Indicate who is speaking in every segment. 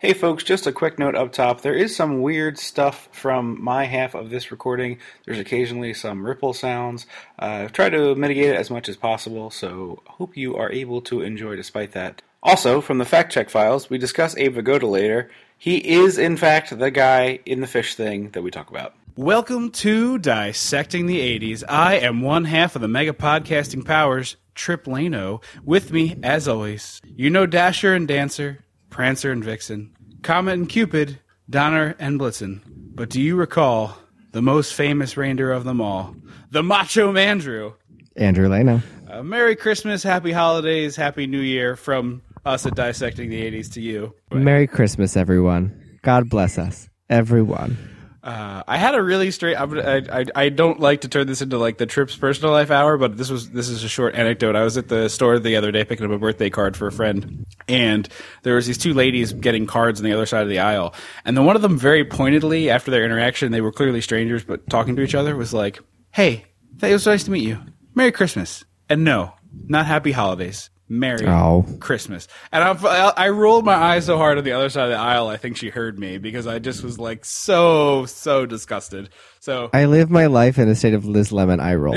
Speaker 1: Hey folks, just a quick note up top. There is some weird stuff from my half of this recording. There's occasionally some ripple sounds. Uh, I've tried to mitigate it as much as possible, so hope you are able to enjoy despite that. Also, from the fact check files, we discuss Abe Vigoda later. He is, in fact, the guy in the fish thing that we talk about.
Speaker 2: Welcome to Dissecting the 80s. I am one half of the mega podcasting powers, Trip Lano. With me, as always, you know Dasher and Dancer, Prancer and Vixen, Comet and Cupid, Donner and Blitzen. But do you recall the most famous reindeer of them all, the Macho Mandrew?
Speaker 3: Andrew Leno.
Speaker 2: Uh, Merry Christmas, Happy Holidays, Happy New Year from us at Dissecting the 80s to you.
Speaker 3: Merry Christmas, everyone. God bless us, everyone.
Speaker 2: Uh, I had a really straight. I, would- I, I I don't like to turn this into like the trip's personal life hour, but this was this is a short anecdote. I was at the store the other day picking up a birthday card for a friend, and there was these two ladies getting cards on the other side of the aisle, and then one of them very pointedly after their interaction, they were clearly strangers but talking to each other, was like, "Hey, it was nice to meet you. Merry Christmas." And no, not happy holidays. Merry
Speaker 3: Oh.
Speaker 2: Christmas. And I, I rolled my eyes so hard on the other side of the aisle, I think she heard me because I just was like so, so disgusted. So,
Speaker 3: I live my life in a state of Liz Lemon eye roll.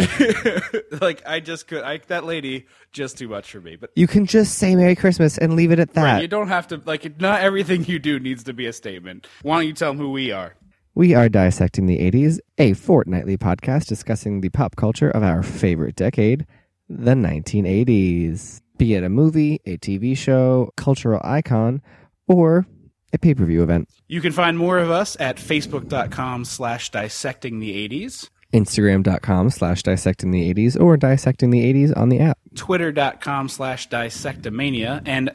Speaker 2: like, I just could, I, that lady, just too much for me. But
Speaker 3: you can just say Merry Christmas and leave it at that.
Speaker 2: you don't have to, like, not everything you do needs to be a statement. Why don't you tell them who we are?
Speaker 3: we are Dissecting the 80s, a fortnightly podcast discussing the pop culture of our favorite decade, the 1980s. Be it a movie, a TV show, cultural icon, or a pay per view event.
Speaker 2: You can find more of us at facebook.com slash dissecting the 80s,
Speaker 3: Instagram.com slash dissecting the 80s or dissecting the 80s on the app.
Speaker 2: twitter.com slash dissectomania and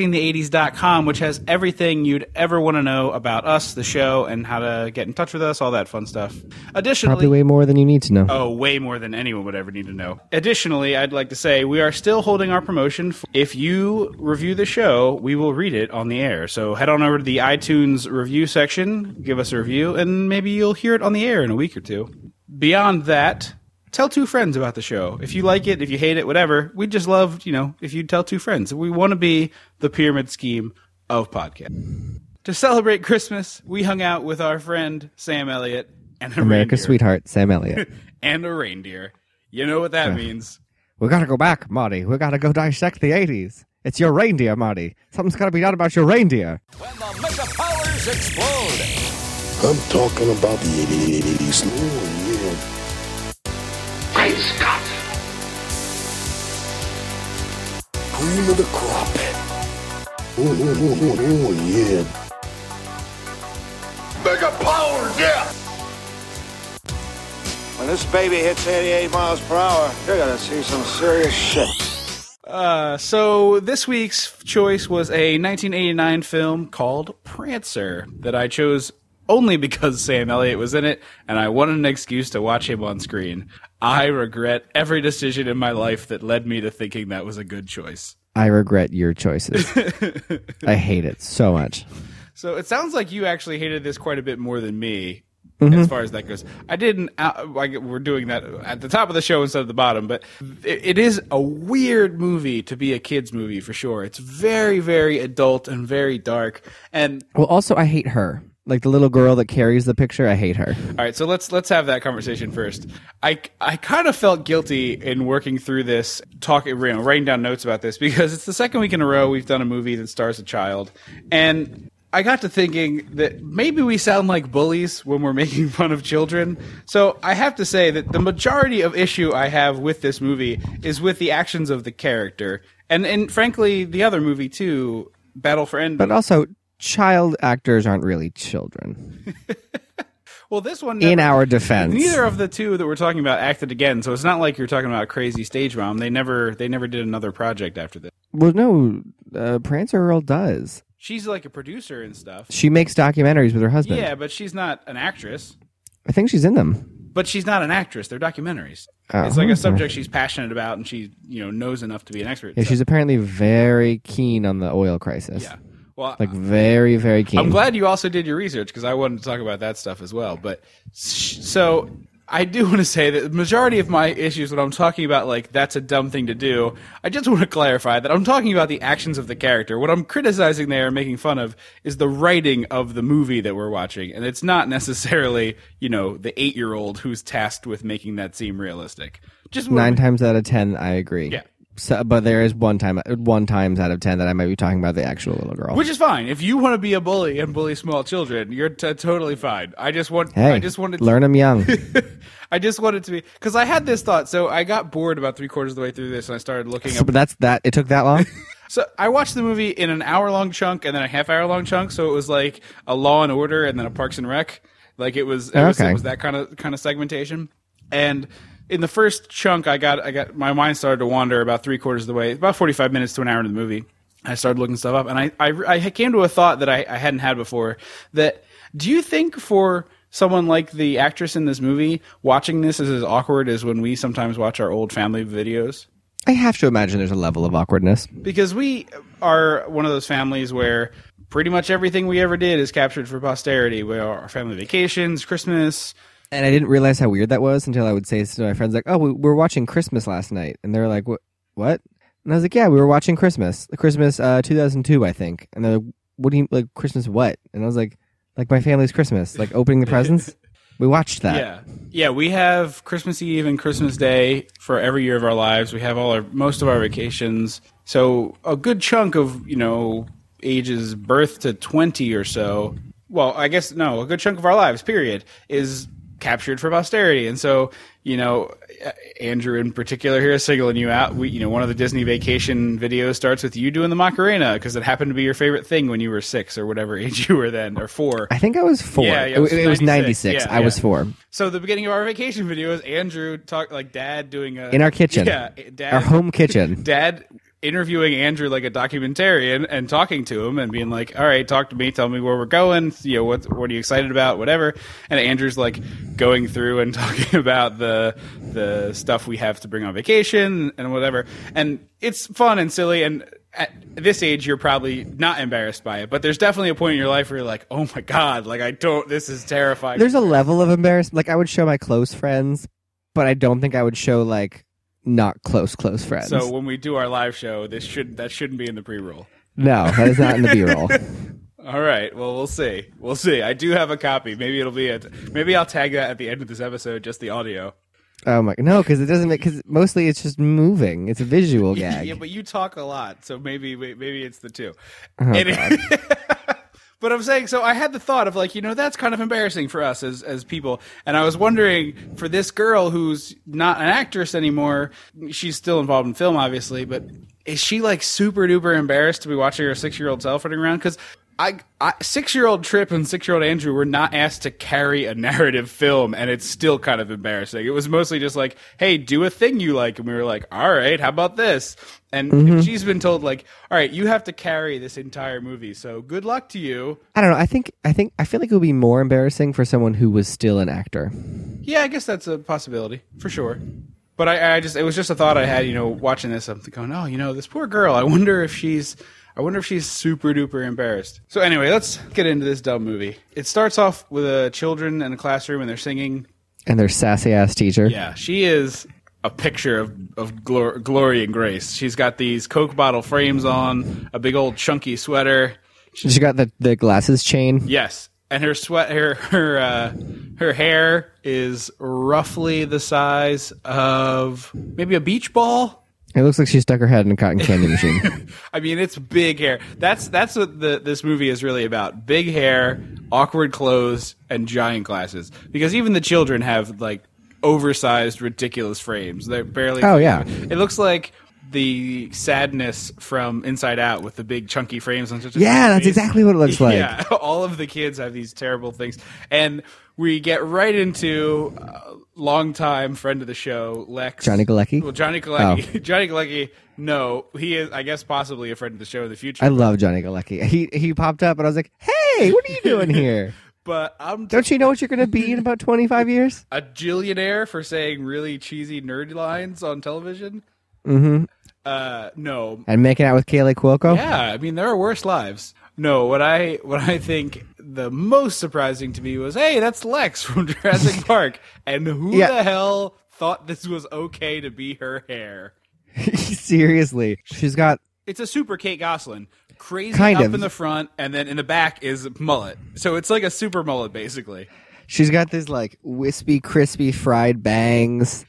Speaker 2: dissectingthe80s.com which has everything you'd ever want to know about us the show and how to get in touch with us all that fun stuff additionally
Speaker 3: Probably way more than you need to know.
Speaker 2: Oh, way more than anyone would ever need to know. Additionally, I'd like to say we are still holding our promotion. If you review the show, we will read it on the air. So head on over to the iTunes review section, give us a review, and maybe you'll hear it on the air in a week or two. Beyond that, tell two friends about the show. If you like it, if you hate it, whatever, we just love, you know, if you tell two friends. We want to be the pyramid scheme of podcast. To celebrate Christmas, we hung out with our friend Sam Elliott and a
Speaker 3: America's
Speaker 2: reindeer
Speaker 3: sweetheart, Sam Elliott.
Speaker 2: and a reindeer. You know what that means.
Speaker 3: We gotta go back, Marty. We gotta go dissect the 80s. It's your reindeer, Marty. Something's gotta be done about your reindeer.
Speaker 4: When the mega powers explode,
Speaker 5: I'm talking about the 80s. Oh, yeah.
Speaker 6: Great Scott!
Speaker 5: Cream of the crop. Oh, oh, oh, oh, oh, yeah.
Speaker 6: Mega power, yeah!
Speaker 7: When this baby hits 88 miles per hour, you're gonna see some serious shit.
Speaker 2: Uh, so this week's choice was a 1989 film called Prancer that I chose only because Sam Elliott was in it, and I wanted an excuse to watch him on screen. I regret every decision in my life that led me to thinking that was a good choice.
Speaker 3: I regret your choices. I hate it so much.
Speaker 2: So it sounds like you actually hated this quite a bit more than me, as far as that goes. I didn't. Uh, like we're doing that at the top of the show instead of the bottom, but it, it is a weird movie to be a kids movie for sure. It's very, very adult and very dark. And
Speaker 3: Well, also, I hate her. Like the little girl that carries the picture, I hate her.
Speaker 2: all right, so let's let's have that conversation first. I I kind of felt guilty in working through this, talking, you know, writing down notes about this because it's the second week in a row we've done a movie that stars a child, and I got to thinking that maybe we sound like bullies when we're making fun of children. So I have to say that the majority of issue I have with this movie is with the actions of the character, and and frankly the other movie too, Battle for Endor.
Speaker 3: But also, child actors aren't really children.
Speaker 2: well, this one
Speaker 3: In
Speaker 2: never-
Speaker 3: our defense,
Speaker 2: Neither of the two that we're talking about acted again, so it's not like you're talking about a crazy stage mom. They never they never did another project after this.
Speaker 3: Well, no, uh, Prancer Earl does.
Speaker 2: She's like a producer and stuff.
Speaker 3: She makes documentaries with her husband.
Speaker 2: Yeah, but she's not an actress.
Speaker 3: I think she's in them.
Speaker 2: But she's not an actress. They're documentaries.
Speaker 3: Oh,
Speaker 2: it's like a
Speaker 3: okay.
Speaker 2: subject she's passionate about and she, you know, knows enough to be an expert.
Speaker 3: Yeah,
Speaker 2: So-
Speaker 3: she's apparently very keen on the oil crisis.
Speaker 2: yeah. Well,
Speaker 3: like very, very keen.
Speaker 2: I'm glad you also did your research because I wanted to talk about that stuff as well. But sh- so I do want to say that the majority of my issues when I'm talking about like that's a dumb thing to do, I just want to clarify that I'm talking about the actions of the character. What I'm criticizing there and making fun of is the writing of the movie that we're watching, and it's not necessarily you know the eight year old who's tasked with making that seem realistic. Just
Speaker 3: Nine times out of ten, I agree.
Speaker 2: Yeah.
Speaker 3: So, but there is one time, one times out of ten that I might be talking about the actual little girl.
Speaker 2: Which is fine. If you want to be a bully and bully small children, you're t- totally fine. I just want.
Speaker 3: hey,
Speaker 2: I just wanted. To,
Speaker 3: learn them young.
Speaker 2: I just wanted to be because I had this thought. So I got bored about three quarters of the way through this, and I started looking
Speaker 3: so,
Speaker 2: up.
Speaker 3: but that's that. It took that long.
Speaker 2: So I watched the movie in an hour long chunk and then a half hour long chunk. So it was like a Law and Order and then a Parks and Rec. Like it was. It, was,
Speaker 3: Okay.
Speaker 2: it was that kind of kind of segmentation. And in the first chunk, I got I got my mind started to wander about three quarters of the way, about forty five minutes to an hour into the movie. I started looking stuff up, and I I, I came to a thought that I, I hadn't had before. That do you think for someone like the actress in this movie watching this is as awkward as when we sometimes watch our old family videos?
Speaker 3: I have to imagine there's a level of awkwardness.
Speaker 2: because we are one of those families where pretty much everything we ever did is captured for posterity. We are our family vacations, Christmas.
Speaker 3: And I didn't realize how weird that was until I would say to my friends, like, "Oh, we were watching Christmas last night," and they were like, "What? What?" And I was like, "Yeah, we were watching Christmas, Christmas uh, 2002, I think." And they're like, "What do you like Christmas? What?" And I was like, "Like my family's Christmas, like opening the presents." we watched that.
Speaker 2: Yeah, yeah. We have Christmas Eve and Christmas Day for every year of our lives. We have all our most of our vacations. So a good chunk of you know ages birth to twenty or so. Well, I guess no, a good chunk of our lives, period, is captured for posterity. And so you know, Andrew in particular here is singling you out. We, you know, one of the Disney vacation videos starts with you doing the Macarena because it happened to be your favorite thing when you were six or whatever age you were then, or four.
Speaker 3: I think I was four.
Speaker 2: Yeah, yeah,
Speaker 3: it, was it was 96.
Speaker 2: Yeah,
Speaker 3: I was
Speaker 2: yeah.
Speaker 3: four.
Speaker 2: So the beginning of our vacation video is Andrew talk like dad doing a
Speaker 3: In our kitchen.
Speaker 2: Yeah, dad,
Speaker 3: Our home kitchen.
Speaker 2: Dad interviewing Andrew like a documentarian and talking to him and being like, "All right, talk to me. Tell me where we're going. You know what? What are you excited about? Whatever." And Andrew's like going through and talking about the the stuff we have to bring on vacation and whatever. And it's fun and silly and. At this age, you're probably not embarrassed by it, but there's definitely a point in your life where you're like, "Oh my god, like I don't. This is terrifying."
Speaker 3: There's a level of embarrassment. Like I would show my close friends, but I don't think I would show like not close close friends.
Speaker 2: So when we do our live show, this should that shouldn't be in the pre-roll.
Speaker 3: no, that is not in the B-roll.
Speaker 2: All right. Well, we'll see. We'll see. I do have a copy. Maybe it'll be it. Maybe I'll tag that at the end of this episode, just the audio.
Speaker 3: oh my no, because it doesn't make. Because mostly it's just moving. It's a visual gag.
Speaker 2: Yeah, but you talk a lot, so maybe maybe it's the two. Any- but I'm saying, so I had the thought of like, you know, that's kind of embarrassing for us as as people, and I was wondering for this girl who's not an actress anymore, she's still involved in film, obviously, but is she like super duper embarrassed to be watching her six year old self running around? Because I, I six year old Trip and six year old Andrew were not asked to carry a narrative film, and it's still kind of embarrassing. It was mostly just like, hey, do a thing you like. And we were like, all right, how about this? And she's been told, like, all right, you have to carry this entire movie. So good luck to you.
Speaker 3: I don't know. I think I think I feel like it would be more embarrassing for someone who was still an actor.
Speaker 2: Yeah, I guess that's a possibility for sure. But I, I just it was just a thought I had, you know, watching this. I'm going, oh, you know, this poor girl. I wonder if she's, I wonder if she's super duper embarrassed. So anyway, let's get into this dumb movie. It starts off with uh, children in a classroom and they're singing.
Speaker 3: And their sassy ass teacher.
Speaker 2: Yeah, she is a picture of of glor- glory and grace. She's got these Coke bottle frames on, a big old chunky sweater.
Speaker 3: She got the the glasses chain.
Speaker 2: Yes, and her sweat, her her uh, her hair is roughly the size of maybe a beach ball.
Speaker 3: It looks like she stuck her head in a cotton candy machine.
Speaker 2: I mean, it's big hair. That's that's what the this movie is really about: big hair, awkward clothes, and giant glasses. Because even the children have like oversized, ridiculous frames. They're barely.
Speaker 3: Oh, yeah.
Speaker 2: it looks like. The sadness from Inside Out with the big chunky frames on such a
Speaker 3: Yeah,
Speaker 2: small
Speaker 3: that's
Speaker 2: face.
Speaker 3: exactly what it looks like.
Speaker 2: Yeah, all of the kids have these terrible things, and we get right into uh, longtime friend of the show, Lex
Speaker 3: Johnny Galecki?
Speaker 2: Well, Johnny Galecki.
Speaker 3: Oh.
Speaker 2: Johnny Galecki. No, he is. I guess possibly a friend of the show in the future.
Speaker 3: I love Johnny Galecki. He he popped up and I was like, "Hey, what are you doing here?
Speaker 2: but I'm
Speaker 3: Don't you know what you're going to be in about 25 years?"
Speaker 2: a jillionaire for saying really cheesy nerd lines on television. Mm-hmm. Uh, no,
Speaker 3: and making out with Kaylee Cuoco.
Speaker 2: Yeah, I mean there are worse lives. No, what I what I think the most surprising to me was, hey, that's Lex from Jurassic Park, and who
Speaker 3: Yeah.
Speaker 2: the hell thought this was okay to be her hair?
Speaker 3: Seriously, she's got
Speaker 2: It's a super Kate Goslin, crazy
Speaker 3: Kind
Speaker 2: up
Speaker 3: of.
Speaker 2: in the front, and then in the back is mullet. So it's like a super mullet, basically.
Speaker 3: she's got this like wispy, crispy fried bangs,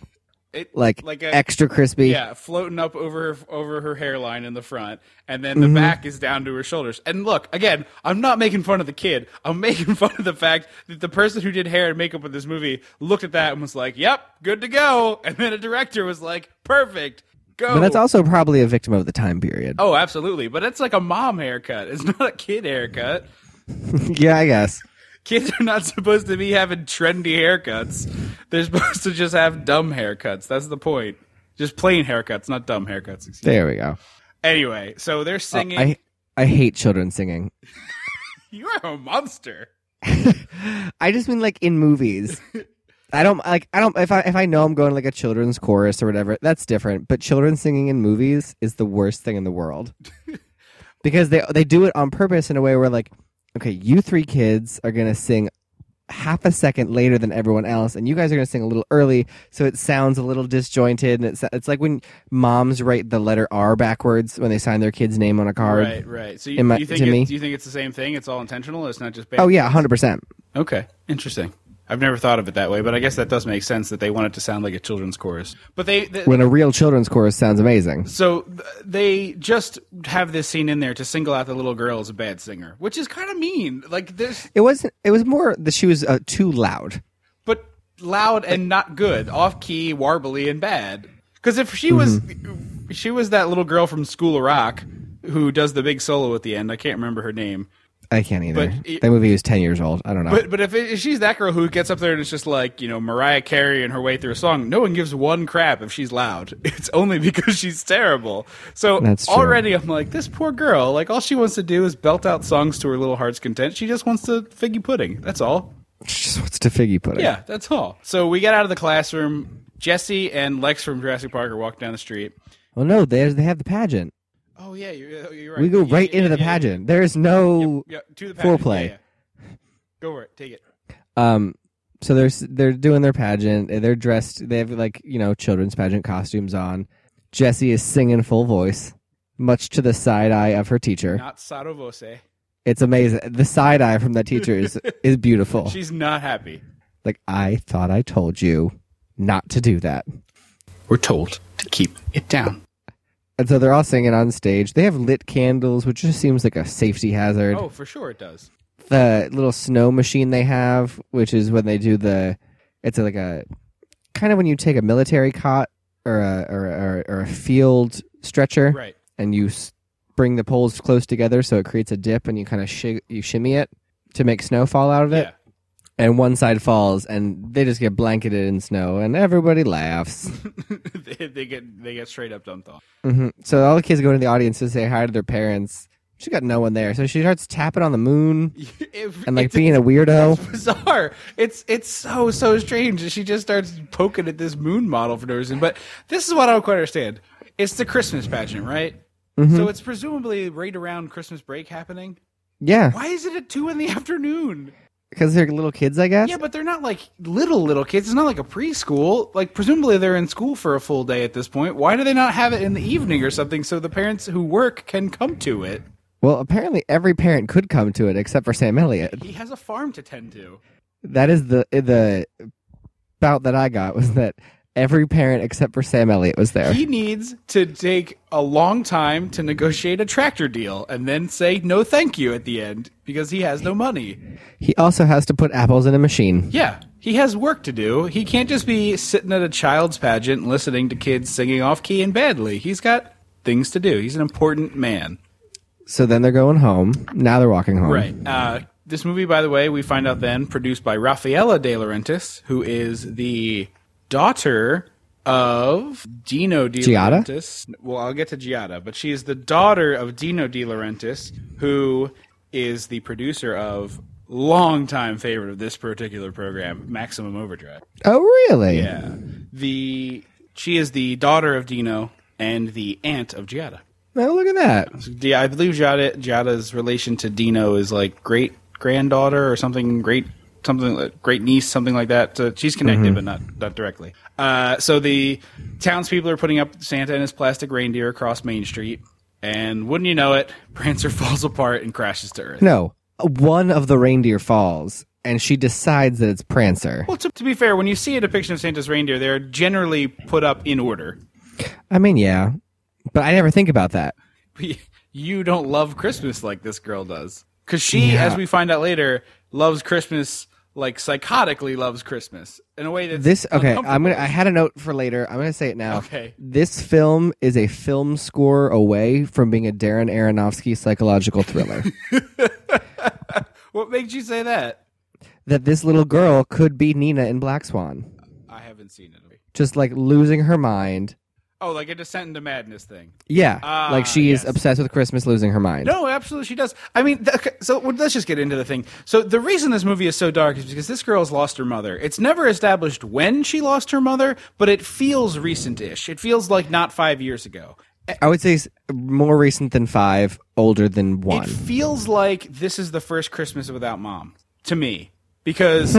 Speaker 2: It,
Speaker 3: like,
Speaker 2: like a,
Speaker 3: extra crispy.
Speaker 2: Yeah, floating up over her, over her hairline in the front, and then the
Speaker 3: Mm-hmm.
Speaker 2: back is down to her shoulders. And look, again, I'm not making fun of the kid. I'm making fun of the fact that the person who did hair and makeup in this movie looked at that and was like, "Yep, good to go." And then a director was like, "Perfect, go."
Speaker 3: But that's also probably a victim of the time period.
Speaker 2: Oh, absolutely. But that's like a mom haircut. It's not a kid haircut.
Speaker 3: yeah, I guess.
Speaker 2: Kids are not supposed to be having trendy haircuts. They're supposed to just have dumb haircuts. That's the point. Just plain haircuts, not dumb haircuts. Excuse me.
Speaker 3: There we go.
Speaker 2: Anyway, so they're singing.
Speaker 3: Uh, I I hate children singing.
Speaker 2: You are a monster.
Speaker 3: I just mean like in movies. I don't like I don't if I if I know I'm going to like a children's chorus or whatever, that's different. But children singing in movies is the worst thing in the world. because they they do it on purpose in a way where like, okay, you three kids are gonna sing half a second later than everyone else and you guys are going to sing a little early so it sounds a little disjointed and it's, it's like when moms write the letter r backwards when they sign their kid's name on a card
Speaker 2: Right, right. So you,
Speaker 3: Am I-
Speaker 2: you think
Speaker 3: to
Speaker 2: it,
Speaker 3: me?
Speaker 2: do you think it's the same thing? It's all intentional. It's not just. Bad?
Speaker 3: oh yeah 100%
Speaker 2: Okay. Interesting. I've never thought of it that way, but I guess that does make sense that they want it to sound like a children's chorus. But they, they
Speaker 3: when a real children's chorus sounds amazing
Speaker 2: so th- they just have this scene in there to single out the little girl as a bad singer, which is kind of mean. Like this,
Speaker 3: It wasn't. It was more that she was uh, too loud.
Speaker 2: but loud and not good, off key, warbly, and bad. Because if she was, she was that little girl from School of Rock who does the big solo at the end. I can't remember her name.
Speaker 3: I can't either.
Speaker 2: But it-
Speaker 3: that movie was ten years old. I don't know.
Speaker 2: But but if, it, if she's that girl who gets up there and it's just like you know Mariah Carey and her way through a song, no one gives one crap if she's loud. It's only because she's terrible. So
Speaker 3: That's true.
Speaker 2: already I'm like this poor girl. Like all she wants to do is belt out songs to her little heart's content. She just wants to figgy pudding. That's all.
Speaker 3: she just wants to figgy pudding.
Speaker 2: Yeah, that's all. So we get out of the classroom. Jesse and Lex from Jurassic Park are walking down the street.
Speaker 3: Well, no, there's they have the pageant.
Speaker 2: Oh yeah, you're, you're right.
Speaker 3: We go
Speaker 2: Yeah,
Speaker 3: right
Speaker 2: yeah,
Speaker 3: into the
Speaker 2: yeah, yeah.
Speaker 3: pageant. There is no.
Speaker 2: Yeah, to the
Speaker 3: Foreplay.
Speaker 2: Yeah, yeah. Go for it. Take it.
Speaker 3: Um. So they're s- they're doing their pageant. and They're dressed. They have like you know children's pageant costumes on. Jessie is singing full voice, much to the side eye of her teacher.
Speaker 2: Not Sado Voce.
Speaker 3: It's amazing. The side eye from that teacher is is beautiful.
Speaker 2: She's not happy.
Speaker 3: like I thought I told you not to do that.
Speaker 2: We're told to keep it down.
Speaker 3: And so they're all singing on stage. They have lit candles, which just seems like a safety hazard.
Speaker 2: Oh, for sure it does.
Speaker 3: The little snow machine they have, which is when they do the, it's like a, kind of when you take a military cot or a or a, or a field stretcher
Speaker 2: Right.
Speaker 3: and you s- bring the poles close together so it creates a dip and you kind of shig you shimmy it to make snow fall out of it.
Speaker 2: Yeah.
Speaker 3: And one side falls and they just get blanketed in snow and everybody laughs.
Speaker 2: they, they get they get straight up dumped on.
Speaker 3: hmm So all the kids go into the audience to say hi to their parents. She got no one there, so she starts tapping on the moon
Speaker 2: It-
Speaker 3: and like
Speaker 2: it's,
Speaker 3: being a weirdo.
Speaker 2: bizarre. It's it's so so strange. that She just starts poking at this moon model for no reason. But this is what I don't quite understand. It's the Christmas pageant, right?
Speaker 3: Mm-hmm.
Speaker 2: So it's presumably right around Christmas break happening.
Speaker 3: Yeah,
Speaker 2: Why is it at two in the afternoon?
Speaker 3: because they're little kids, I guess.
Speaker 2: Yeah, but they're not like little little kids. It's not like a preschool. Like presumably they're in school for a full day at this point. Why do they not have it in the evening or something so the parents who work can come to it?
Speaker 3: Well, apparently every parent could come to it except for Sam Elliott.
Speaker 2: He has a farm to tend to.
Speaker 3: That is the the bout that I got was that every parent except for Sam Elliott was there.
Speaker 2: He needs to take a long time to negotiate a tractor deal and then say no thank you at the end because he has no money.
Speaker 3: He also has to put apples in a machine.
Speaker 2: Yeah, he has work to do. He can't just be sitting at a child's pageant listening to kids singing off key and badly. He's got things to do. He's an important man.
Speaker 3: So then they're going home. Now they're walking home.
Speaker 2: Right. Uh, this movie, by the way, we find out then produced by Rafaela De Laurentiis, who is the daughter of Dino De
Speaker 3: Giada?
Speaker 2: Laurentiis. Well, I'll get to Giada, but she is the daughter of Dino De Laurentiis, who is the producer of longtime favorite of this particular program, Maximum Overdrive.
Speaker 3: Oh, really?
Speaker 2: Yeah. The she is the daughter of Dino and the aunt of Giada.
Speaker 3: Oh, look at that.
Speaker 2: Yeah, I believe Giada, Giada's relation to Dino is like great granddaughter or something great something great niece something like that so she's connected but not not directly uh, so the townspeople are putting up santa and his plastic reindeer across main street and wouldn't you know it prancer falls apart and crashes to earth
Speaker 3: No, one of the reindeer falls, and she decides that it's Prancer.
Speaker 2: well to, to be fair when you see a depiction of santa's reindeer they're generally put up in order
Speaker 3: I mean, yeah, but I never think about that.
Speaker 2: you don't love Christmas like this girl does. Because she,
Speaker 3: Yeah.
Speaker 2: as we find out later, loves Christmas like psychotically loves Christmas in a way that
Speaker 3: This okay, I'm gonna. I had a note for later. I'm gonna say it now.
Speaker 2: Okay.
Speaker 3: this film is a film score away from being a Darren Aronofsky psychological thriller.
Speaker 2: What makes you say that?
Speaker 3: that this little girl could be Nina in Black Swan,
Speaker 2: I haven't seen it.
Speaker 3: just like losing her mind.
Speaker 2: Oh, like a descent into madness thing.
Speaker 3: Yeah,
Speaker 2: Ah,
Speaker 3: like she
Speaker 2: yes.
Speaker 3: is obsessed with Christmas, losing her mind.
Speaker 2: No, absolutely, she does. I mean, th- okay, so well, let's just get into the thing. So the reason this movie is so dark is because this girl's lost her mother. It's never established when she lost her mother, but it feels recent-ish. It feels like not five years ago.
Speaker 3: I would say s- more recent than five, older than one.
Speaker 2: It feels like this is the first Christmas without mom to me because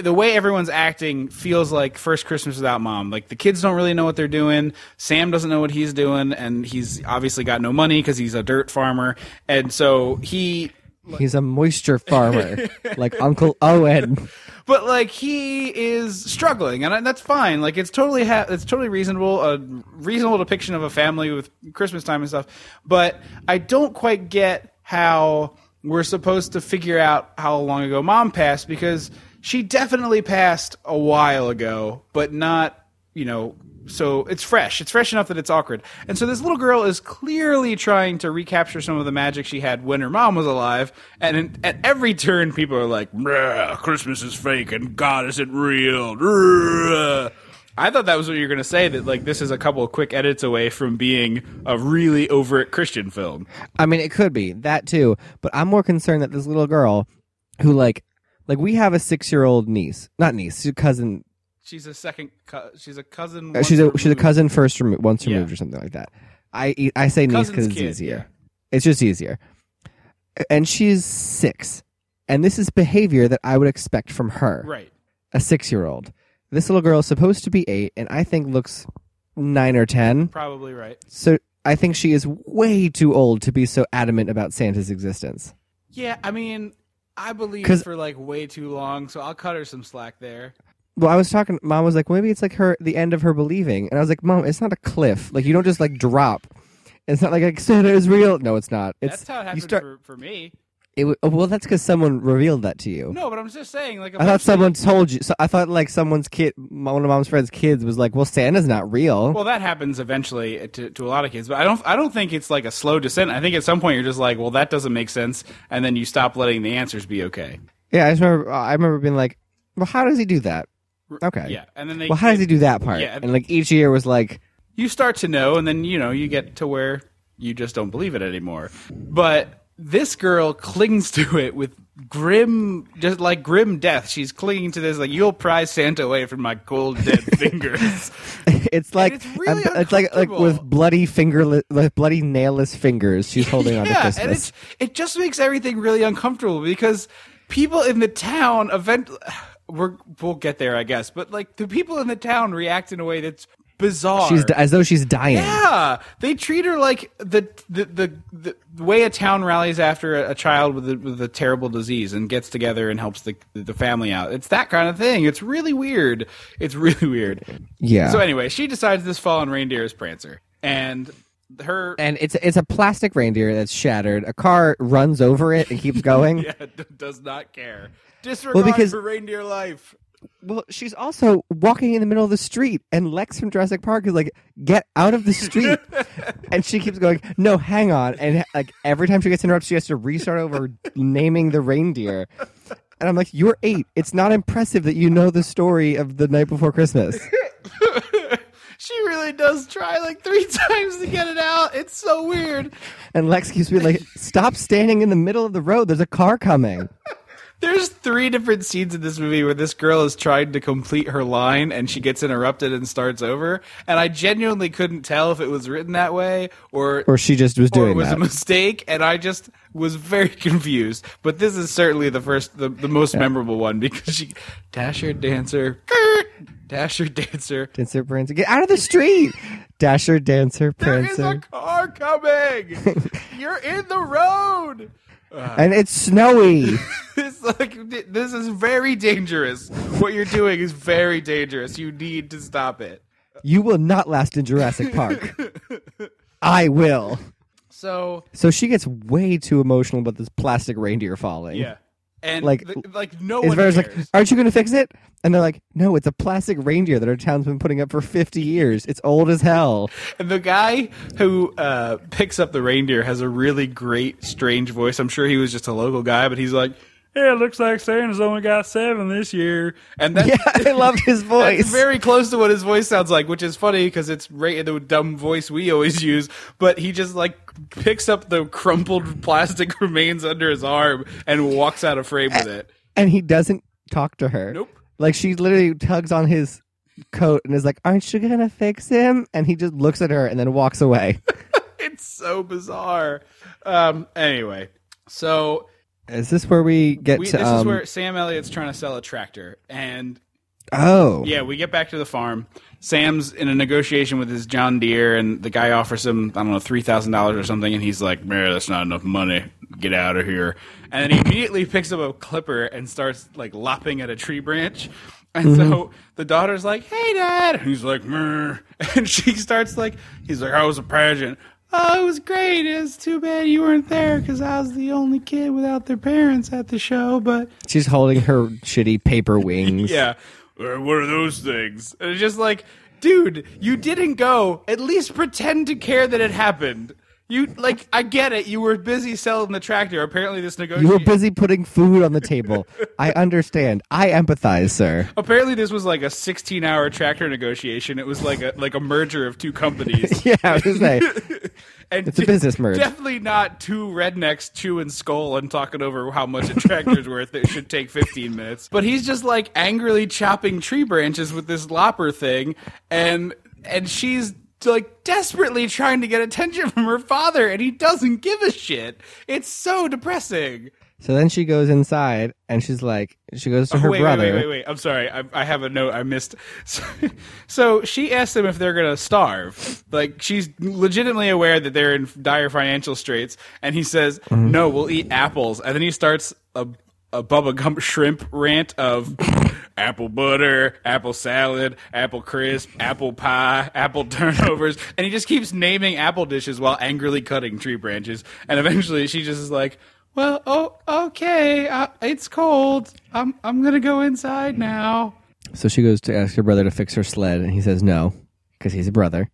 Speaker 2: the way everyone's acting feels like first Christmas without mom. Like the kids don't really know what they're doing. Sam doesn't know what he's doing, and he's obviously got no money because he's a dirt farmer, and so he.
Speaker 3: He's a moisture farmer, like Uncle Owen.
Speaker 2: But like he is struggling, and I- that's fine. Like it's totally ha- it's totally reasonable, a reasonable depiction of a family with Christmas time and stuff. But I don't quite get how we're supposed to figure out how long ago mom passed because she definitely passed a while ago, but not you know. So it's fresh. It's fresh enough that it's awkward. And so this little girl is clearly trying to recapture some of the magic she had when her mom was alive. And in, at every turn, people are like, "Bruh, Christmas is fake and God isn't real. Bruh." I thought that was what you were going to say, that like this is a couple of quick edits away from being a really overt Christian film.
Speaker 3: I mean, it could be that too, but I'm more concerned that this little girl, who like, like we have a six year old niece, not niece, she's a cousin.
Speaker 2: She's a second, cu- she's a cousin.
Speaker 3: uh, she's a
Speaker 2: once
Speaker 3: she's a
Speaker 2: removed.
Speaker 3: cousin first remo- once
Speaker 2: Yeah.
Speaker 3: removed or something like that. I e, I say
Speaker 2: Cousin's
Speaker 3: niece because it's
Speaker 2: kid,
Speaker 3: easier. It's just easier. And she's six, and this is behavior that I would expect from her,
Speaker 2: Right.
Speaker 3: a six year old. This little girl is supposed to be eight, and I think looks nine or ten.
Speaker 2: Probably right.
Speaker 3: So I think she is way too old to be so adamant about Santa's existence.
Speaker 2: Yeah, I mean, I believe
Speaker 3: 'Cause-
Speaker 2: for like way too long, so I'll cut her some slack there.
Speaker 3: Well, I was talking. Mom was like, maybe it's like her the end of her believing, and I was like, Mom, it's not a cliff. Like you don't just like drop. It's not like, like Santa is real. No, it's not. It's
Speaker 2: That's how it
Speaker 3: you
Speaker 2: happened
Speaker 3: start.
Speaker 2: for, for me.
Speaker 3: It w- oh, well, that's because someone revealed that to you.
Speaker 2: No, but I'm just saying, like,
Speaker 3: I thought
Speaker 2: eventually-
Speaker 3: someone told you. So I thought like someone's kid, m- one of mom's friends' kids, was like, "Well, Santa's not real."
Speaker 2: Well, that happens eventually eh, to, to a lot of kids, but I don't. I don't think it's like a slow descent. I think at some point you're just like, well, that doesn't make sense, and then you stop letting the answers be okay.
Speaker 3: yeah, I just remember. uh, I remember being like, "Well, how does he do that?" Okay.
Speaker 2: Yeah, and then they.
Speaker 3: Well, how does he do that part?
Speaker 2: Yeah.
Speaker 3: And like each year was like,
Speaker 2: you start to know and then you know you get to where you just don't believe it anymore but this girl clings to it with grim just like grim death she's clinging to this like you'll pry santa away from my cold dead fingers
Speaker 3: it's like
Speaker 2: it's really
Speaker 3: a- it's like like with
Speaker 2: uncomfortable.
Speaker 3: bloody fingerless, like bloody nailless fingers. She's holding on to
Speaker 2: yeah and
Speaker 3: Christmas.
Speaker 2: it's, it just makes everything really uncomfortable because people in the town event we're, we'll get there i guess but like the people in the town react in a way that's bizarre
Speaker 3: She's di- as though she's dying.
Speaker 2: Yeah, they treat her like the the the, the, the way a town rallies after a, a child with a, with a terrible disease and gets together and helps the the family out. It's that kind of thing. It's really weird. It's really weird.
Speaker 3: Yeah.
Speaker 2: So anyway, she decides this fallen reindeer is Prancer, and her
Speaker 3: and it's it's a plastic reindeer that's shattered. A car runs over it and keeps going.
Speaker 2: yeah d- does not care. Disregard
Speaker 3: because-
Speaker 2: for reindeer life.
Speaker 3: Well, she's also walking in the middle of the street, and Lex from Jurassic Park is like, "Get out of the street!" and she keeps going, "No, hang on!" And like every time she gets interrupted, she has to restart over naming the reindeer. And I'm like, "You're eight. It's not impressive that you know the story of the night before Christmas."
Speaker 2: She really does try like three times to get it out. It's so weird.
Speaker 3: And Lex keeps being like, "Stop standing in the middle of the road. There's a car coming."
Speaker 2: There's three different scenes in this movie where this girl is trying to complete her line and she gets interrupted and starts over. And I genuinely couldn't tell if it was written that way or
Speaker 3: Or she just was
Speaker 2: or
Speaker 3: doing
Speaker 2: it was
Speaker 3: that.
Speaker 2: a mistake. And I just was very confused. But this is certainly the first, the, the most memorable one because she Dasher Dancer, Dasher Dancer.
Speaker 3: Dancer Prancer, get out of the street! Dasher, Dancer,
Speaker 2: There is a
Speaker 3: Prancer.
Speaker 2: car coming. You're in the road.
Speaker 3: And it's snowy!
Speaker 2: It's like th- this is very dangerous. What you're doing is very dangerous. You need to stop it.
Speaker 3: you will not last in Jurassic Park. I will.
Speaker 2: So
Speaker 3: So she gets way too emotional about this plastic reindeer falling.
Speaker 2: yeah, and
Speaker 3: Like-
Speaker 2: like like no
Speaker 3: It's
Speaker 2: one
Speaker 3: very
Speaker 2: cares.
Speaker 3: like, aren't you going to fix it? And they're like, no, it's a plastic reindeer that our town's been putting up for 50 years. It's old as hell.
Speaker 2: and the guy who uh, picks up the reindeer has a really great strange voice. I'm sure he was just a local guy, but he's like, "Yeah, it looks like Santa's only got seven this year," and that's
Speaker 3: Yeah, I loved his
Speaker 2: It's
Speaker 3: voice.
Speaker 2: very close to what his voice sounds like, which is funny because it's right the dumb voice we always use. But he just like picks up the crumpled plastic remains under his arm and walks out of frame with it.
Speaker 3: and he doesn't talk to her.
Speaker 2: Nope.
Speaker 3: Like she literally tugs on his coat and is like, aren't you going to fix him? And he just looks at her and then walks away.
Speaker 2: It's so bizarre. Um, anyway, so
Speaker 3: is this where we get
Speaker 2: we,
Speaker 3: to.
Speaker 2: this is
Speaker 3: um,
Speaker 2: where Sam Elliott's trying to sell a tractor, and
Speaker 3: oh.
Speaker 2: Yeah, we get back to the farm. Sam's in a negotiation with his John Deere, and the guy offers him, I don't know, $3,000 or something, and he's like, man, that's not enough money. Get out of here. And then he immediately picks up a clipper and starts, like, lopping at a tree branch. And so the daughter's like, hey, Dad. And he's like, Meh. And she starts, like, he's like, I was a pageant. Oh, it was great. It's too bad you weren't there because I was the only kid without their parents at the show, but
Speaker 3: She's holding her shitty paper wings.
Speaker 2: yeah. Or Uh, what are those things? And it's just like, dude, you didn't go. At least pretend to care that it happened. You like, I get it. You were busy selling the tractor. Apparently, this
Speaker 3: You
Speaker 2: negotiation.
Speaker 3: were busy putting food on the table. I understand. I empathize, sir.
Speaker 2: Apparently, this was like a 16-hour tractor negotiation. It was like a like a merger of two companies.
Speaker 3: Yeah, I was gonna say
Speaker 2: and
Speaker 3: it's a business merge.
Speaker 2: Definitely not two rednecks chewing skull and talking over how much a tractor's worth. It should take 15 minutes. But he's just like angrily chopping tree branches with this lopper thing, and and she's like desperately trying to get attention from her father, and he doesn't give a shit. It's so depressing.
Speaker 3: So then she goes inside and she's like, she goes to her
Speaker 2: Oh, wait,
Speaker 3: brother.
Speaker 2: Wait, wait, wait, wait. I'm sorry. I, I have a note I missed. So, so she asked them if they're going to starve. Like, she's legitimately aware that they're in dire financial straits. And he says,
Speaker 3: Mm-hmm.
Speaker 2: no, we'll eat apples. And then he starts a, a Bubba Gump shrimp rant of apple butter, apple salad, apple crisp, apple pie, apple turnovers. And he just keeps naming apple dishes while angrily cutting tree branches. And eventually she just is like, well, oh, okay. Uh, it's cold. I'm I'm gonna go inside now.
Speaker 3: So she goes to ask her brother to fix her sled, and he says no, because he's a brother.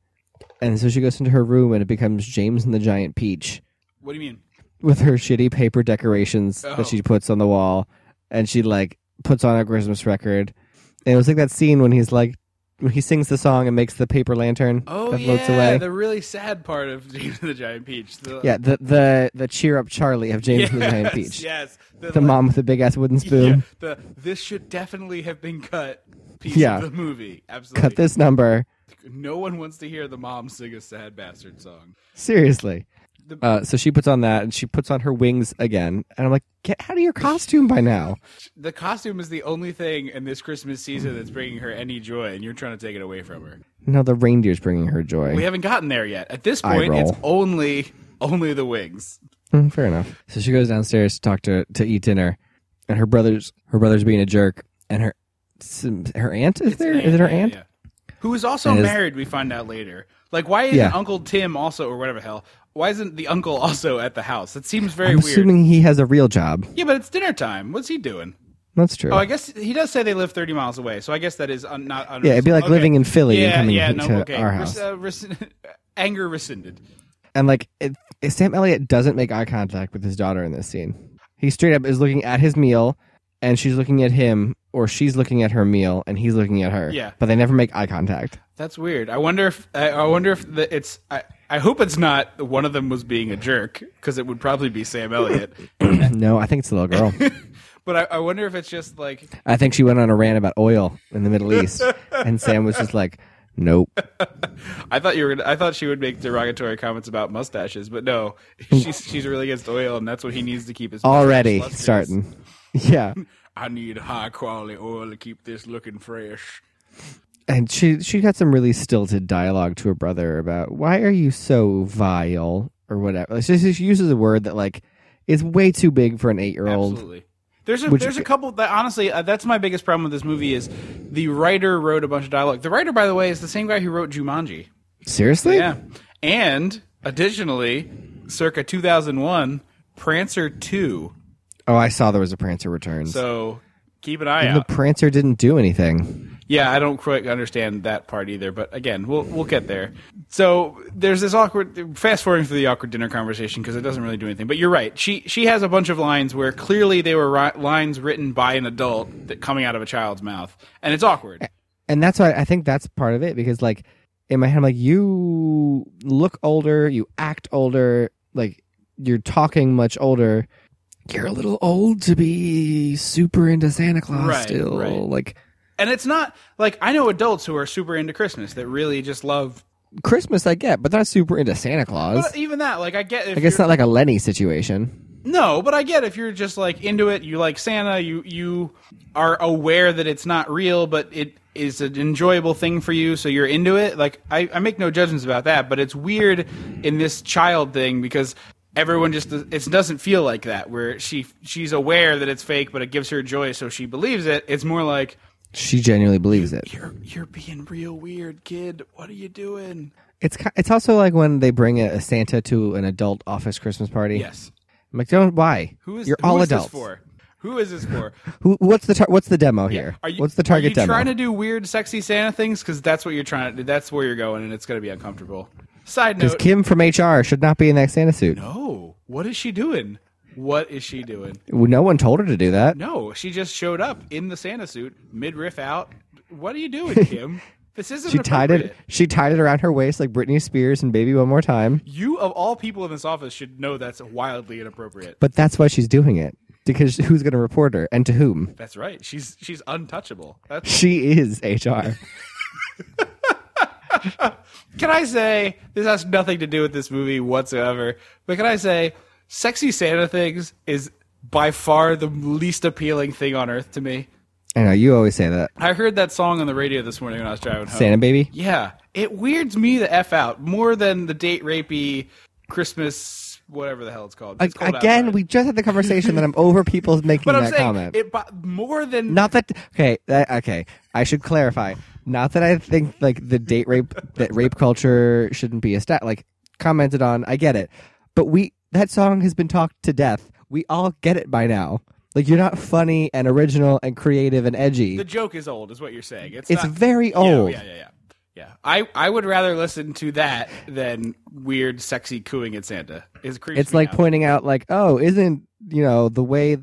Speaker 3: And so she goes into her room, and it becomes James and the Giant Peach
Speaker 2: What do you mean?
Speaker 3: with her shitty paper decorations
Speaker 2: Oh.
Speaker 3: that she puts on the wall, and she like puts on a Christmas record. And it was like that scene when he's like, when he sings the song and makes the paper lantern
Speaker 2: Oh
Speaker 3: that
Speaker 2: yeah,
Speaker 3: floats away.
Speaker 2: the really sad part of James and the Giant Peach. The,
Speaker 3: Yeah, the the the cheer up Charlie of James
Speaker 2: yes,
Speaker 3: and the Giant Peach.
Speaker 2: Yes,
Speaker 3: The mom with the big ass wooden
Speaker 2: yeah,
Speaker 3: spoon.
Speaker 2: the this should definitely have been cut. Piece
Speaker 3: Yeah.
Speaker 2: of the movie. Absolutely.
Speaker 3: Cut this number.
Speaker 2: No one wants to hear the mom sing a sad bastard song.
Speaker 3: Seriously.
Speaker 2: The-
Speaker 3: Uh, so she puts on that and she puts on her wings again. And I'm like, get out of your costume by now.
Speaker 2: The costume is the only thing in this Christmas season that's bringing her any joy, and you're trying to take it away from her.
Speaker 3: No, the reindeer's bringing her joy.
Speaker 2: We haven't gotten there yet. At this
Speaker 3: Eye
Speaker 2: point, it's
Speaker 3: roll.
Speaker 2: only only the wings.
Speaker 3: Mm, fair enough. So she goes downstairs to talk to to eat dinner, and her brother's her brother's being a jerk, and her some, her aunt is there. Is it her
Speaker 2: Yeah,
Speaker 3: aunt?
Speaker 2: yeah. Who is also
Speaker 3: And is-
Speaker 2: married, we find out later. Like, why isn't
Speaker 3: Yeah.
Speaker 2: Uncle Tim also, or whatever the hell, why isn't the uncle also at the house? That seems very
Speaker 3: I'm
Speaker 2: weird.
Speaker 3: assuming he has a real job.
Speaker 2: yeah, but it's dinner time. What's he doing?
Speaker 3: That's true.
Speaker 2: Oh, I guess he does say they live 30 miles away, so I guess that is un- not unreasonable.
Speaker 3: yeah, it'd be like
Speaker 2: Okay.
Speaker 3: living in Philly
Speaker 2: yeah,
Speaker 3: and coming
Speaker 2: yeah,
Speaker 3: he-
Speaker 2: no,
Speaker 3: to
Speaker 2: okay.
Speaker 3: our
Speaker 2: Res-
Speaker 3: house.
Speaker 2: uh, rescind- anger rescinded.
Speaker 3: and like it, it- Sam Elliott doesn't make eye contact with his daughter in this scene. He straight up is looking at his meal, and she's looking at him, or she's looking at her meal, and he's looking at her.
Speaker 2: Yeah.
Speaker 3: but they never make eye contact.
Speaker 2: That's weird. I wonder if I, I wonder if the, it's. I, I hope it's not one of them was being a jerk because it would probably be Sam Elliott.
Speaker 3: no, I think it's the little girl.
Speaker 2: But I, I wonder if it's just like
Speaker 3: I think she went on a rant about oil in the Middle East, and Sam was just like, "Nope."
Speaker 2: I thought you were. Gonna, I thought she would make derogatory comments about mustaches, but no, she's she's really against oil, and that's what he needs to keep his mustache
Speaker 3: Already
Speaker 2: lustrous.
Speaker 3: starting. Yeah,
Speaker 2: I need high quality oil to keep this looking fresh.
Speaker 3: and she she got some really stilted dialogue to her brother about why are you so vile or whatever. Like, She, she uses a word that like is way too big for an eight year old.
Speaker 2: Absolutely. There's a
Speaker 3: Would you-
Speaker 2: there's a couple that honestly uh, that's my biggest problem with this movie is the writer wrote a bunch of dialogue. The writer, by the way, is the same guy who wrote Jumanji.
Speaker 3: Seriously?
Speaker 2: Yeah, and additionally, circa 2001, Prancer 2.
Speaker 3: Oh, I saw there was a Prancer Returns.
Speaker 2: So keep an eye
Speaker 3: the
Speaker 2: out.
Speaker 3: Prancer didn't do anything.
Speaker 2: Yeah, I don't quite understand that part either, but again, we'll we'll get there. So there's this awkward fast forwarding through the awkward dinner conversation because it doesn't really do anything. But you're right. She she has a bunch of lines where clearly they were ri- lines written by an adult that coming out of a child's mouth, and it's awkward.
Speaker 3: And that's why I think that's part of it because like in my head I'm like you look older, you act older, like you're talking much older. You're a little old to be super into Santa Claus
Speaker 2: Right,
Speaker 3: still.
Speaker 2: right.
Speaker 3: Like
Speaker 2: And it's not like I know adults who are super into Christmas that really just love
Speaker 3: Christmas I get, but not super into Santa Claus.
Speaker 2: but even that. Like I get if
Speaker 3: like it's
Speaker 2: you're-
Speaker 3: not like a Lenny situation.
Speaker 2: No, but I get if you're just like into it, you like Santa, you you are aware that it's not real, but it is an enjoyable thing for you, so you're into it. Like I, I make no judgments about that, but it's weird in this child thing because everyone just it doesn't feel like that. Where she she's aware that it's fake, but it gives her joy, so she believes it. It's more like
Speaker 3: She genuinely believes it.
Speaker 2: you're you're being real weird, kid. What are you doing?
Speaker 3: It's ki- it's also like when they bring a, a Santa to an adult office Christmas party.
Speaker 2: Yes.
Speaker 3: I'm like, don't why?
Speaker 2: Who is
Speaker 3: you're
Speaker 2: who
Speaker 3: all
Speaker 2: is this
Speaker 3: adults?
Speaker 2: for? Who is this for?
Speaker 3: Who? What's the tar- what's the demo here?
Speaker 2: Are you,
Speaker 3: what's the
Speaker 2: Are
Speaker 3: target
Speaker 2: you
Speaker 3: demo?
Speaker 2: trying to do weird, sexy Santa things? Because that's what you're trying to. do. That's where you're going, and it's going to be uncomfortable. Side
Speaker 3: Because
Speaker 2: note.
Speaker 3: Kim from HR should not be in that Santa suit.
Speaker 2: oh, what is she doing? What is she doing?
Speaker 3: No, one told her to do that.
Speaker 2: No, she just showed up in the Santa suit, midriff out. What are you doing, Kim? this isn't.
Speaker 3: she tied it.
Speaker 2: appropriate.
Speaker 3: She tied it around her waist like Britney Spears and "Baby One More Time."
Speaker 2: You of all people in this office should know that's wildly inappropriate.
Speaker 3: But that's why she's doing it because who's going to report her and to whom?
Speaker 2: That's right. She's she's untouchable. That's,
Speaker 3: She is HR.
Speaker 2: can I say this has nothing to do with this movie whatsoever? But can I say sexy Santa things is by far the least appealing thing on earth to me.
Speaker 3: I know you always say that,
Speaker 2: I heard that song on the radio this morning when I was driving home.
Speaker 3: Santa baby.
Speaker 2: Yeah, it weirds me the f out more than the date rapey Christmas whatever the hell it's called. It's cold
Speaker 3: Again,
Speaker 2: outside.
Speaker 3: we just had the conversation that I'm over people making
Speaker 2: But I'm
Speaker 3: that
Speaker 2: saying
Speaker 3: comment.
Speaker 2: it bo- more than
Speaker 3: Not that okay, that, okay. I should clarify. Not that I think like the date rape that rape culture shouldn't be a stat like commented on. I get it, but we that song has been talked to death. We all get it by now. Like you're not funny and original and creative and edgy.
Speaker 2: the joke is old, is what you're saying. It's
Speaker 3: it's
Speaker 2: not-
Speaker 3: very
Speaker 2: Yeah,
Speaker 3: old.
Speaker 2: Yeah, yeah, yeah. Yeah, I, I would rather listen to that than weird, sexy cooing at Santa. It creeps
Speaker 3: It's
Speaker 2: me
Speaker 3: like
Speaker 2: out.
Speaker 3: pointing out like, oh, isn't you know the way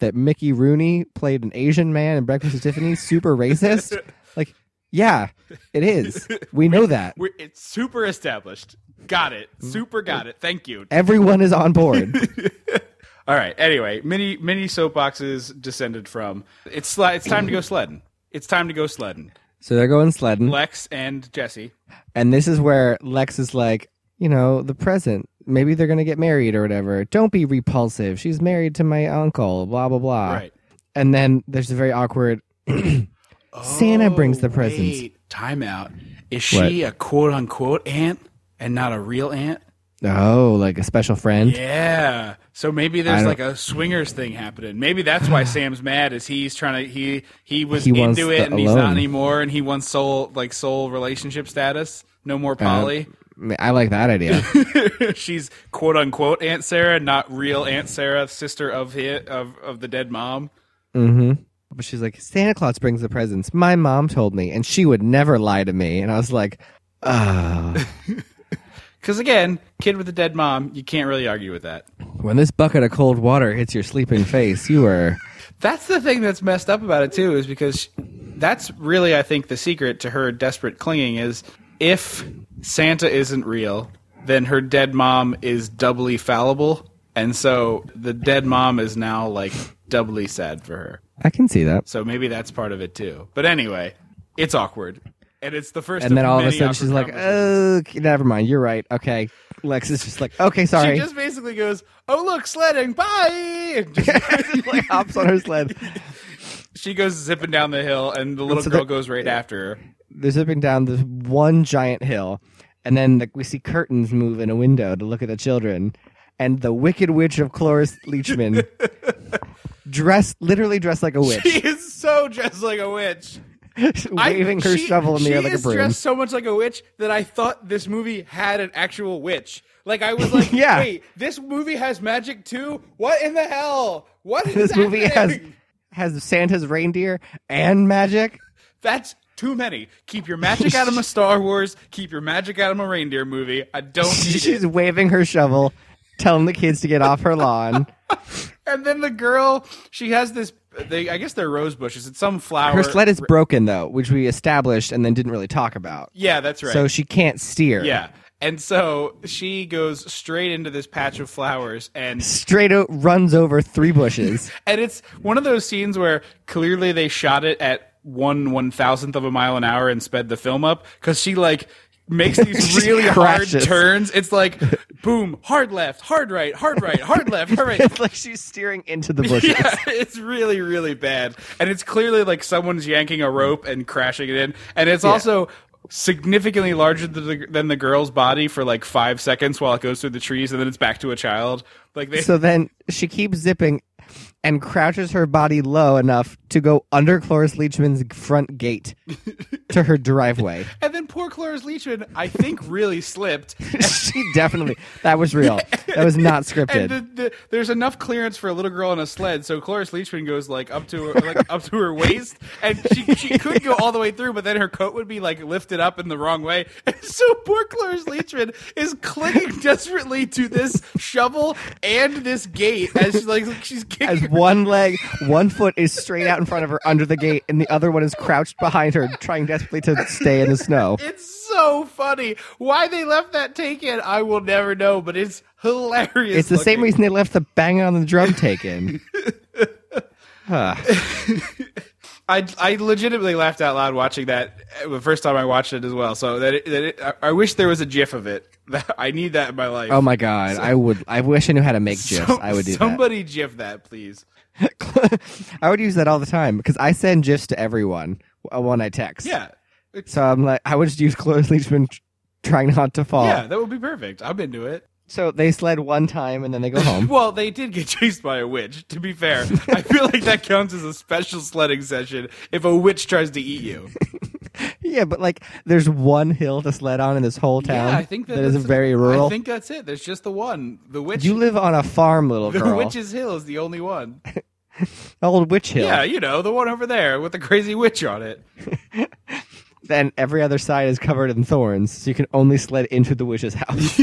Speaker 3: that Mickey Rooney played an Asian man in Breakfast with Tiffany super racist? Like, yeah, it is. We know that.
Speaker 2: We're, it's super established. Got it.
Speaker 3: Mm-hmm.
Speaker 2: Super got it. Thank you.
Speaker 3: Everyone is on board.
Speaker 2: All right. Anyway, mini mini soapboxes descended from. It's sli- it's time to go sledding. It's time to go sledding.
Speaker 3: So they're going sledding.
Speaker 2: Lex and Jesse.
Speaker 3: and this is where Lex is like, you know, the present. Maybe they're going to get married or whatever. Don't be repulsive. She's married to my uncle, blah, blah, blah.
Speaker 2: Right.
Speaker 3: And then there's a very awkward Santa brings the presents.
Speaker 2: Oh, Wait, time out. Is she a quote unquote aunt and not a real aunt?
Speaker 3: Oh, like a special friend.
Speaker 2: Yeah. So maybe there's
Speaker 3: don't-
Speaker 2: like a swingers thing happening. Maybe that's why Sam's mad is he's trying to he he was
Speaker 3: He wants
Speaker 2: into it
Speaker 3: the
Speaker 2: and he's not
Speaker 3: alone.
Speaker 2: anymore and he wants soul like soul relationship status. No more
Speaker 3: Uh-huh.
Speaker 2: poly.
Speaker 3: I mean, I like that idea.
Speaker 2: She's quote unquote Aunt Sarah, not real Aunt Sarah, sister of hit of, of the dead mom.
Speaker 3: Mm-hmm. but she's like, Santa Claus brings the presents. My mom told me, and she would never lie to me. And I was like, oh.
Speaker 2: Because again, kid with a dead mom, you can't really argue with that.
Speaker 3: when this bucket of cold water hits your sleeping face, you are.
Speaker 2: That's the thing that's messed up about it too, is because that's really I think the secret to her desperate clinging is if Santa isn't real, then her dead mom is doubly fallible, and so the dead mom is now like doubly sad for her.
Speaker 3: I can see that.
Speaker 2: So maybe that's part of it too. But anyway, it's awkward. And it's the first
Speaker 3: And then all of a
Speaker 2: many
Speaker 3: sudden
Speaker 2: awkward
Speaker 3: she's like,
Speaker 2: conversations.
Speaker 3: "Oh, never mind. You're right. Okay." Lex is just like, "Okay, sorry."
Speaker 2: She just basically goes, "Oh look, sledding! Bye!" And just-
Speaker 3: Just, like hops on her sled.
Speaker 2: she goes zipping down the hill, and the little
Speaker 3: So
Speaker 2: girl
Speaker 3: the-
Speaker 2: goes right after her.
Speaker 3: They're zipping down this one giant hill, and then like we see curtains move in a window to look at the children, and the Wicked Witch of Cloris Leachman, dressed literally dressed like a witch,
Speaker 2: She is so dressed like a witch, I-
Speaker 3: waving her
Speaker 2: she-
Speaker 3: shovel in the air
Speaker 2: she
Speaker 3: like a
Speaker 2: is
Speaker 3: broom.
Speaker 2: dressed so much like a witch that I thought this movie had an actual witch. Like I was like,
Speaker 3: Yeah.
Speaker 2: wait, this movie has magic too. What in the hell? What is
Speaker 3: this movie has
Speaker 2: happening?"
Speaker 3: has Santa's reindeer and magic.
Speaker 2: That's too many. Keep your magic out of a Star Wars. Keep your magic out of a reindeer movie. I don't need it.
Speaker 3: She's waving her shovel, telling the kids to get off her lawn.
Speaker 2: And then the girl, she has this. They, I guess they're rose bushes. It's some flower.
Speaker 3: Her sled is broken though, which we established and then didn't really talk about.
Speaker 2: Yeah, that's right.
Speaker 3: So she can't steer.
Speaker 2: yeah, and so she goes straight into this patch of flowers, and
Speaker 3: Straight out runs over three bushes.
Speaker 2: and it's one of those scenes where clearly they shot it at one one thousandth of a mile an hour and sped the film up because she like makes these
Speaker 3: She
Speaker 2: really hard
Speaker 3: crashes.
Speaker 2: turns. It's like boom, hard left, hard right, hard right, hard left, hard right.
Speaker 3: it's like she's steering into the bushes.
Speaker 2: Yeah, it's really, really bad. And it's clearly like someone's yanking a rope and crashing it in. And it's also significantly larger than the, than the girl's body for like five seconds while it goes through the trees and then it's back to a child. Like they.
Speaker 3: So then she keeps zipping and crouches her body low enough to go under Cloris Leachman's front gate to her driveway.
Speaker 2: and then poor Cloris Leachman, I think, really slipped.
Speaker 3: she definitely that was real. That was not scripted.
Speaker 2: And the, the, there's enough clearance for a little girl on a sled, so Cloris Leachman goes like up to her, like up to her waist, and she, she could go all the way through, but then her coat would be like lifted up in the wrong way, and so poor Cloris Leachman is clinging desperately to this shovel and this gate as she's like she's kicking.
Speaker 3: as
Speaker 2: her-
Speaker 3: one leg, one foot is straight out in front of her under the gate, and the other one is crouched behind her, trying desperately to stay in the snow.
Speaker 2: it's so funny. Why they left that taken, I will never know, but it's hilarious.
Speaker 3: It's the same
Speaker 2: looking.
Speaker 3: reason they left the banging on the drum taken.
Speaker 2: I, I legitimately laughed out loud watching that uh, the first time I watched it as well. So that it, that it, I, I wish there was a GIF of it. I need that in my life.
Speaker 3: Oh my god, I would. I wish I knew how to make gifs.
Speaker 2: So-
Speaker 3: I would do
Speaker 2: somebody GIF that, please.
Speaker 3: that. I would use that all the time because I send gifs to everyone uh, when I text.
Speaker 2: Yeah, It's-
Speaker 3: So I'm like, I would just use Cloris Leachman tr- trying not to fall.
Speaker 2: yeah, that would be perfect. I'm into it.
Speaker 3: So they sled one time and then they go home.
Speaker 2: Well, they did get chased by a witch. To be fair, I feel like that counts as a special sledding session if a witch tries to eat you.
Speaker 3: yeah, but like, there's one hill to sled on in this whole town.
Speaker 2: yeah, I think that
Speaker 3: that is
Speaker 2: that's-
Speaker 3: very rural.
Speaker 2: I think that's it. There's just the one. The witch.
Speaker 3: You live on a farm, little
Speaker 2: the
Speaker 3: girl.
Speaker 2: witch's hill is the only one.
Speaker 3: Old witch hill.
Speaker 2: Yeah, you know the one over there with the crazy witch on it.
Speaker 3: Then every other side is covered in thorns, so you can only sled into the witch's house.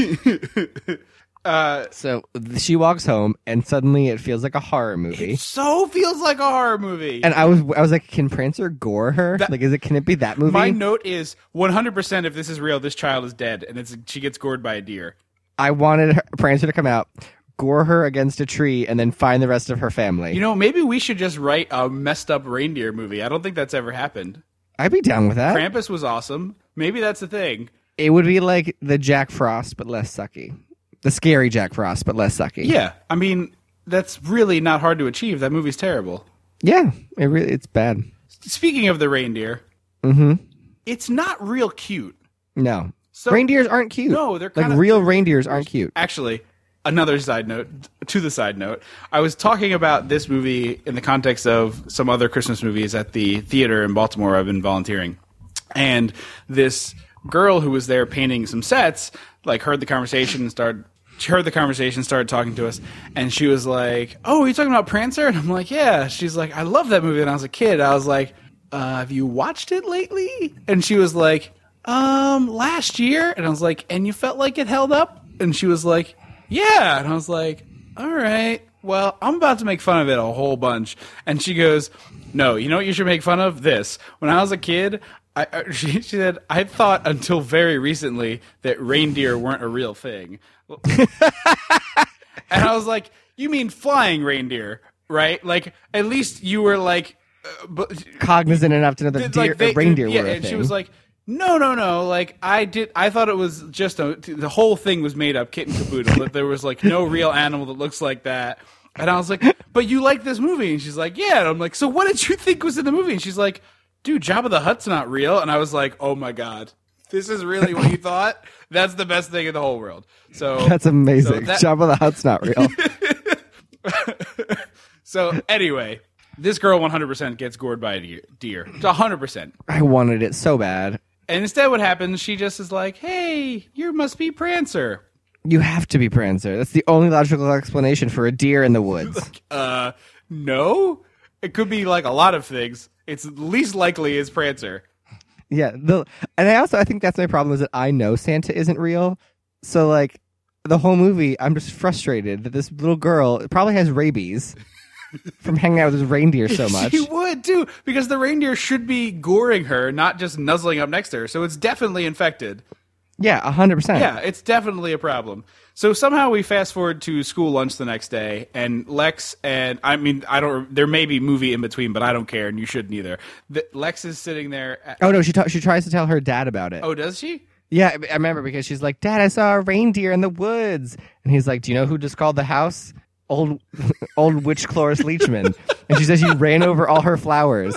Speaker 2: Uh,
Speaker 3: so she walks home, and suddenly it feels like a horror movie.
Speaker 2: so feels like a horror movie.
Speaker 3: And I was, I was like, can Prancer gore her?
Speaker 2: That-
Speaker 3: like, is it? Can it be that movie?
Speaker 2: my note is 100% if this is real, this child is dead and it's she gets gored by a deer.
Speaker 3: I wanted her, Prancer to come out, gore her against a tree, and then find the rest of her family.
Speaker 2: You know, maybe we should just write a messed up reindeer movie. I don't think that's ever happened.
Speaker 3: I'd be down with that.
Speaker 2: Krampus was awesome. Maybe that's the thing.
Speaker 3: it would be like the Jack Frost, but less sucky. The scary Jack Frost, but less sucky.
Speaker 2: Yeah. I mean, that's really not hard to achieve. That movie's terrible.
Speaker 3: yeah. It really, it's bad.
Speaker 2: Speaking of the reindeer, it's not real cute.
Speaker 3: No.
Speaker 2: So-
Speaker 3: reindeers aren't cute.
Speaker 2: No, they're
Speaker 3: like
Speaker 2: kinda-
Speaker 3: real reindeers aren't cute.
Speaker 2: actually another side note to the side note i was talking about this movie in the context of some other christmas movies at the theater in baltimore i've been volunteering and this girl who was there painting some sets like heard the conversation and started she heard the conversation started talking to us and she was like oh are you talking about prancer and i'm like yeah she's like i love that movie when i was a kid i was like uh, have you watched it lately and she was like um last year and i was like and you felt like it held up and she was like yeah and i was like all right well i'm about to make fun of it a whole bunch and she goes no you know what you should make fun of this when i was a kid I, I- she, she said i thought until very recently that reindeer weren't a real thing and i was like you mean flying reindeer right? Like at least you were like, uh, but
Speaker 3: Cognizant enough to know that
Speaker 2: did,
Speaker 3: deer,
Speaker 2: like, they-
Speaker 3: reindeer
Speaker 2: yeah,
Speaker 3: were a
Speaker 2: and
Speaker 3: thing.
Speaker 2: she was like, no, no, no. Like I did, I thought it was just a the whole thing was made up, kit and caboodle. that there was like no real animal that looks like that. And I was like, but you like this movie? And she's like, yeah. And I'm like, so what did you think was in the movie? And she's like, dude, Jabba the Hutt's not real. And I was like, oh my god. This is really what you thought? That's the best thing in the whole world. So
Speaker 3: That's amazing.
Speaker 2: So that-
Speaker 3: Jabba the Hutt's not real.
Speaker 2: So anyway, this girl 100% gets gored by a deer. deer. It's 100%.
Speaker 3: I wanted it so bad.
Speaker 2: And instead what happens, she just is like, "Hey, you must be Prancer."
Speaker 3: You have to be Prancer. That's the only logical explanation for a deer in the woods.
Speaker 2: Uh, no. It could be like a lot of things. It's least likely is Prancer.
Speaker 3: yeah. The, and I also I think that's my problem is that I know Santa isn't real. So like the whole movie, I'm just frustrated that this little girl probably has rabies from hanging out with this reindeer so much.
Speaker 2: She would too, because the reindeer should be goring her, not just nuzzling up next to her. So it's definitely infected.
Speaker 3: Yeah, hundred percent.
Speaker 2: Yeah, it's definitely a problem. So somehow we fast forward to school lunch the next day, and Lex and I mean I don't. There may be movie in between, but I don't care, and you shouldn't either. The, Lex is sitting there. At,
Speaker 3: Oh no, she ta- she tries to tell her dad about it.
Speaker 2: oh, does she?
Speaker 3: Yeah, I- I remember because she's like, "Dad, I saw a reindeer in the woods," and he's like, "Do you know who just called the house? Old, old witch Cloris Leachman." and she says, "You ran over all her flowers,"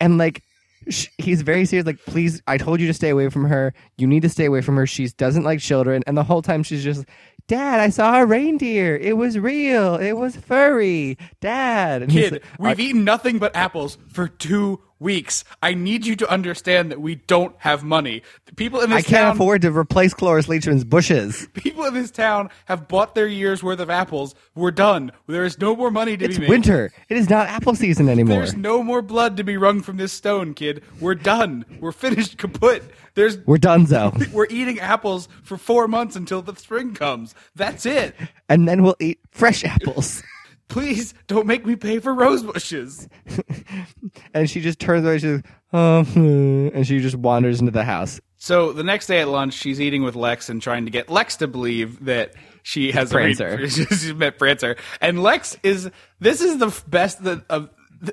Speaker 3: and like, sh- he's very serious. Like, please, I told you to stay away from her. You need to stay away from her. She doesn't like children. And the whole time she's just, "Dad, I saw a reindeer. It was real. It was furry, Dad." And he's
Speaker 2: Kid,
Speaker 3: like,
Speaker 2: we've eaten nothing but apples for two weeks. I need you to understand that we don't have money. The people in this
Speaker 3: I can't
Speaker 2: town,
Speaker 3: afford to replace Cloris Leachman's bushes.
Speaker 2: people in this town have bought their year's worth of apples. We're done. There is no more money to
Speaker 3: It's
Speaker 2: be made.
Speaker 3: winter. It is not apple season anymore.
Speaker 2: There's no more blood to be wrung from this stone, kid. We're done. We're finished kaput. There's
Speaker 3: We're done, though.
Speaker 2: we're eating apples for four months until the spring comes. That's it.
Speaker 3: and then we'll eat fresh apples.
Speaker 2: Please don't make me pay for rose bushes.
Speaker 3: and she just turns away, she's um, hmm," and she just wanders into the house.
Speaker 2: So the next day at lunch, she's eating with Lex and trying to get Lex to believe that she has a
Speaker 3: Prancer.
Speaker 2: read- she's met Prancer, and Lex is this is the f- best that, of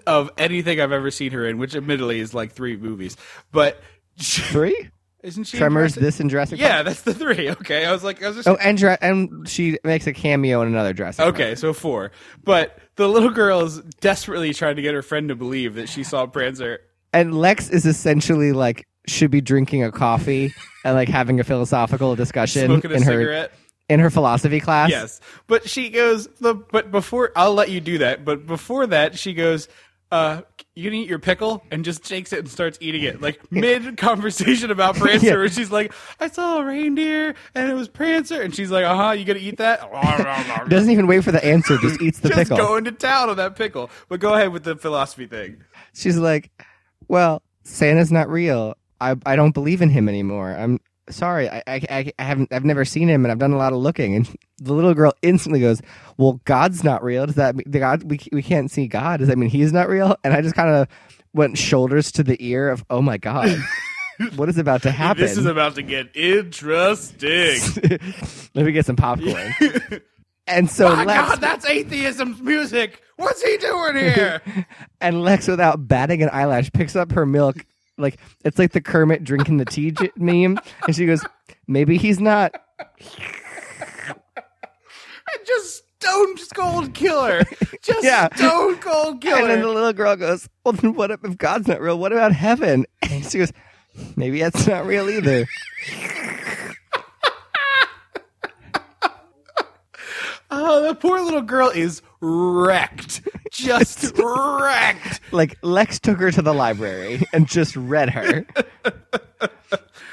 Speaker 2: of anything I've ever seen her in, which admittedly is like three movies, but. She,
Speaker 3: Three
Speaker 2: isn't she in
Speaker 3: Tremors,
Speaker 2: Jurassic-
Speaker 3: this and Jurassic.
Speaker 2: Yeah,
Speaker 3: Park?
Speaker 2: that's the three. Okay, I was like, I was just
Speaker 3: Oh, and Jura- and she makes a cameo in another Jurassic. Park.
Speaker 2: okay, so four. But the little girl is desperately trying to get her friend to believe that she saw Prancer.
Speaker 3: And Lex is essentially like should be drinking a coffee and like having a philosophical discussion
Speaker 2: Smoking a
Speaker 3: in her
Speaker 2: cigarette.
Speaker 3: in her philosophy class.
Speaker 2: Yes, but she goes. The but before I'll let you do that. But before that, she goes. Uh, you can eat your pickle and just takes it and starts eating it like mid conversation about Prancer.
Speaker 3: Yeah.
Speaker 2: where she's like, "I saw a reindeer and it was Prancer," and she's like, "Uh huh, you gonna eat that?"
Speaker 3: Doesn't even wait for the answer, just eats the
Speaker 2: just
Speaker 3: pickle.
Speaker 2: going to town on that pickle. But go ahead with the philosophy thing.
Speaker 3: She's like, "Well, Santa's not real. I I don't believe in him anymore. I'm sorry. I, I- I I haven't I've never seen him, and I've done a lot of looking." And the little girl instantly goes, "Well, God's not real. Does that mean the God we we can't see God? Does that mean he's not real?" And I just kind of went shoulders to the ear of, "Oh my God." What is about to happen?
Speaker 2: This is about to get interesting.
Speaker 3: Let me get some popcorn. and so
Speaker 2: Oh My
Speaker 3: Lex,
Speaker 2: God, that's atheism's music. What's he doing here?
Speaker 3: and Lex, without batting an eyelash, picks up her milk. Like it's like the Kermit drinking the tea j- meme, and she goes, "Maybe he's not."
Speaker 2: and just stone cold killer. Just
Speaker 3: Yeah.
Speaker 2: stone cold killer.
Speaker 3: And then the little girl goes, "Well, then what if, if God's not real? What about heaven?" And she goes, "Maybe that's not real either."
Speaker 2: oh, the poor little girl is wrecked. Just wrecked.
Speaker 3: Like Lex took her to the library and just read her, and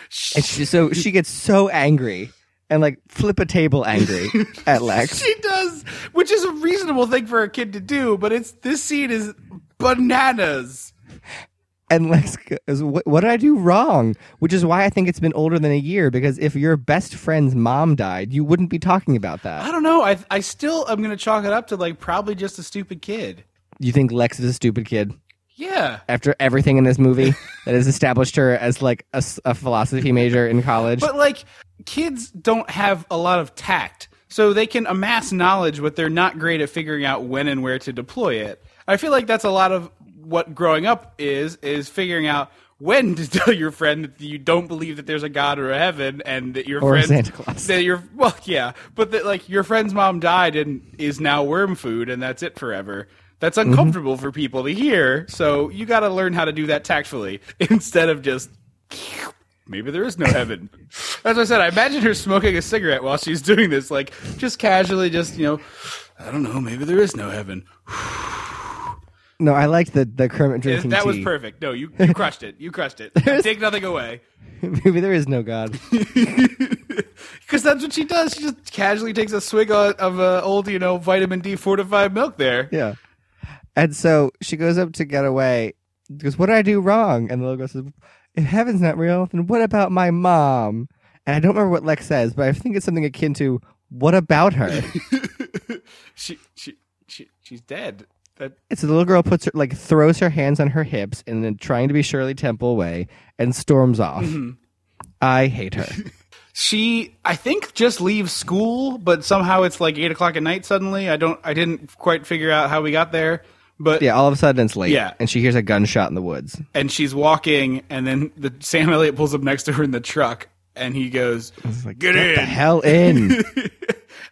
Speaker 3: she, so she gets so angry and like flip a table angry at Lex.
Speaker 2: She does, which is a reasonable thing for a kid to do, but it's this scene is bananas.
Speaker 3: And Lex goes, what, what did I do wrong? Which is why I think it's been older than a year, because if your best friend's mom died, you wouldn't be talking about
Speaker 2: I
Speaker 3: that.
Speaker 2: don't know. I I still am gonna chalk it up to like probably just a stupid kid.
Speaker 3: You think Lex is a stupid kid
Speaker 2: Yeah.
Speaker 3: after everything in this movie that has established her as like a, s- a philosophy major in college?
Speaker 2: But like kids don't have a lot of tact. so they can amass knowledge, but they're not great at figuring out when and where to deploy it. I feel like that's a lot of what growing up is is figuring out when to tell your friend that you don't believe that there's a god or a heaven and that your
Speaker 3: Or
Speaker 2: friend
Speaker 3: Santa Claus.
Speaker 2: that your well yeah but that like your friend's mom died and is now worm food and that's it forever that's
Speaker 3: Mm-hmm.
Speaker 2: uncomfortable for people to hear so you got to learn how to do that tactfully instead of just maybe there is no heaven that's what i said i imagine her smoking a cigarette while she's doing this like just casually just you know i don't know maybe there is no heaven
Speaker 3: No, I liked the the Kermit
Speaker 2: Yeah,
Speaker 3: drinking
Speaker 2: that was
Speaker 3: tea.
Speaker 2: perfect no you, you crushed it you crushed it take nothing away
Speaker 3: Maybe there is no God.
Speaker 2: Because that's what she does. She just casually takes a swig o- of uh, old, you know, vitamin D fortified milk there.
Speaker 3: Yeah. And so she goes up to get away. Goes, what did I do wrong? And the little girl says, if heaven's not real, then what about my mom? And I don't remember what Lex says, but I think it's something akin to, what about her?
Speaker 2: She, she, she, she's dead. That
Speaker 3: And so the little girl puts her, like, throws her hands on her hips in a trying to be Shirley Temple way and storms off.
Speaker 2: Mm-hmm.
Speaker 3: I hate her.
Speaker 2: she, I think, just leaves school, but somehow it's like eight o'clock at night. Suddenly, I don't, I didn't quite figure out how we got there. But
Speaker 3: yeah, all of a sudden it's late.
Speaker 2: Yeah.
Speaker 3: And she hears a gunshot in the woods.
Speaker 2: and she's walking, and then the Sam Elliott pulls up next to her in the truck, and he goes, "Get, in."
Speaker 3: The hell in.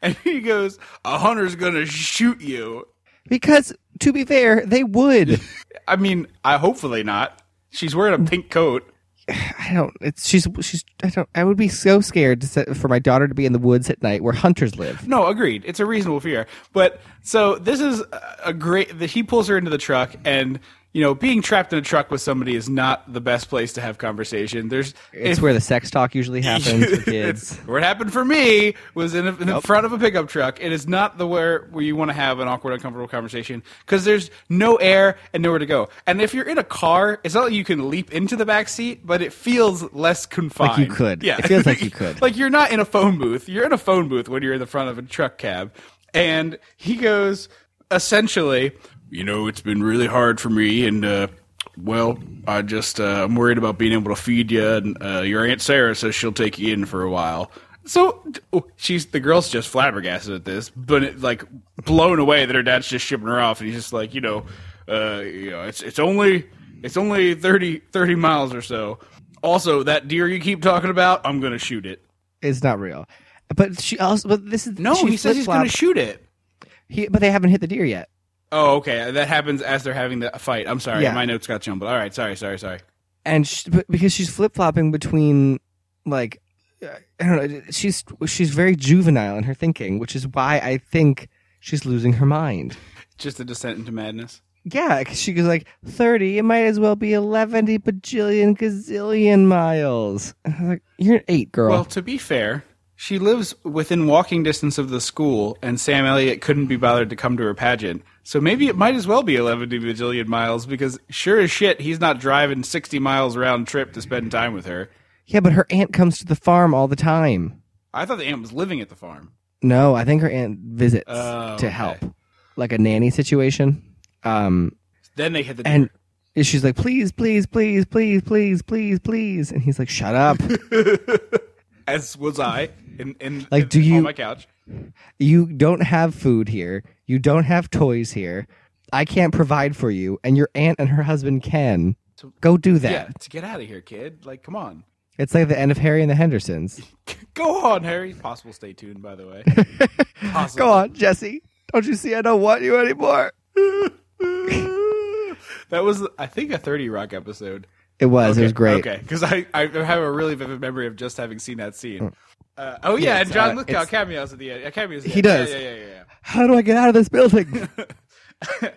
Speaker 2: and he goes, "A hunter's gonna shoot you."
Speaker 3: because, to be fair, they would.
Speaker 2: I mean, I hopefully not. She's wearing a pink coat.
Speaker 3: I don't. It's she's she's. I don't. I would be so scared to set, for my daughter to be in the woods at night where hunters live.
Speaker 2: No, agreed. It's a reasonable fear. But so this is a- a great. The, he pulls her into the truck, and you know, being trapped in a truck with somebody is not the best place to have conversation. There's
Speaker 3: It's
Speaker 2: if-
Speaker 3: where the sex talk usually happens for kids.
Speaker 2: What happened for me was in, a, in the front of a pickup truck. It is not the where where you want to have an awkward, uncomfortable conversation because there's no air and nowhere to go. And if you're in a car, it's not like you can leap into the back seat, but it feels less confined.
Speaker 3: Like you could.
Speaker 2: Yeah,
Speaker 3: It feels like you could.
Speaker 2: like you're not in a phone booth. You're in a phone booth when you're in the front of a truck cab. And he goes essentially, you know, it's been really hard for me, and uh, well, I just uh, I'm worried about being able to feed you. And uh, your aunt Sarah says she'll take you in for a while. So oh, she's the girl's just flabbergasted at this, but it, like blown away that her dad's just shipping her off, and he's just like, you know, uh, you know, it's it's only it's only 30, 30 miles or so. Also, that deer you keep talking about, I'm gonna shoot it.
Speaker 3: It's not real. But she also. But this is
Speaker 2: No,
Speaker 3: she
Speaker 2: he says he's
Speaker 3: flip-flops.
Speaker 2: gonna shoot it.
Speaker 3: He, but they haven't hit the deer yet.
Speaker 2: Oh, okay. That happens as they're having the fight. I'm sorry,
Speaker 3: Yeah.
Speaker 2: my notes got jumbled. All right, sorry, sorry, sorry.
Speaker 3: and she, but because she's flip flopping between like I don't know, she's she's very juvenile in her thinking, which is why I think she's losing her mind.
Speaker 2: Just a descent into madness.
Speaker 3: Yeah, 'cause she goes like thirty. It might as well be eleven bajillion gazillion miles. And I was like, you're an eight, girl.
Speaker 2: Well, to be fair, she lives within walking distance of the school, and Sam Elliott couldn't be bothered to come to her pageant. So maybe it might as well be 11 bajillion miles because sure as shit, he's not driving 60 miles round trip to spend time with her.
Speaker 3: yeah, but her aunt comes to the farm all the time.
Speaker 2: I thought the aunt was living at the farm.
Speaker 3: No, I think her aunt visits
Speaker 2: Oh,
Speaker 3: to
Speaker 2: okay.
Speaker 3: help, like a nanny situation. Um,
Speaker 2: Then they hit the
Speaker 3: And she's like, please, please, please, please, please, please, please. And he's like, shut up.
Speaker 2: as was I in, in
Speaker 3: Like,
Speaker 2: in-
Speaker 3: do you-
Speaker 2: on my couch.
Speaker 3: you don't have food here. You don't have toys here. I can't provide for you. And your aunt and her husband can. Go do that.
Speaker 2: Yeah, to get out of here, kid. Like, come on.
Speaker 3: It's like the end of Harry and the Hendersons.
Speaker 2: Go on, Harry. Possible stay tuned, by the way. Possible.
Speaker 3: Go on, Jesse. Don't you see I don't want you anymore?
Speaker 2: That was, I think, a 30 Rock episode.
Speaker 3: It was. It was
Speaker 2: Okay,
Speaker 3: great.
Speaker 2: Okay, because I, I have a really vivid memory of just having seen that scene. Uh, oh, yeah, and
Speaker 3: it's,
Speaker 2: John
Speaker 3: Mm. uh,
Speaker 2: Lithgow
Speaker 3: it's-
Speaker 2: cameos at the end. Uh, cameos at the
Speaker 3: He
Speaker 2: end. Yeah,
Speaker 3: does.
Speaker 2: Yeah, yeah, yeah,
Speaker 3: How do I get out of this building?
Speaker 2: yeah.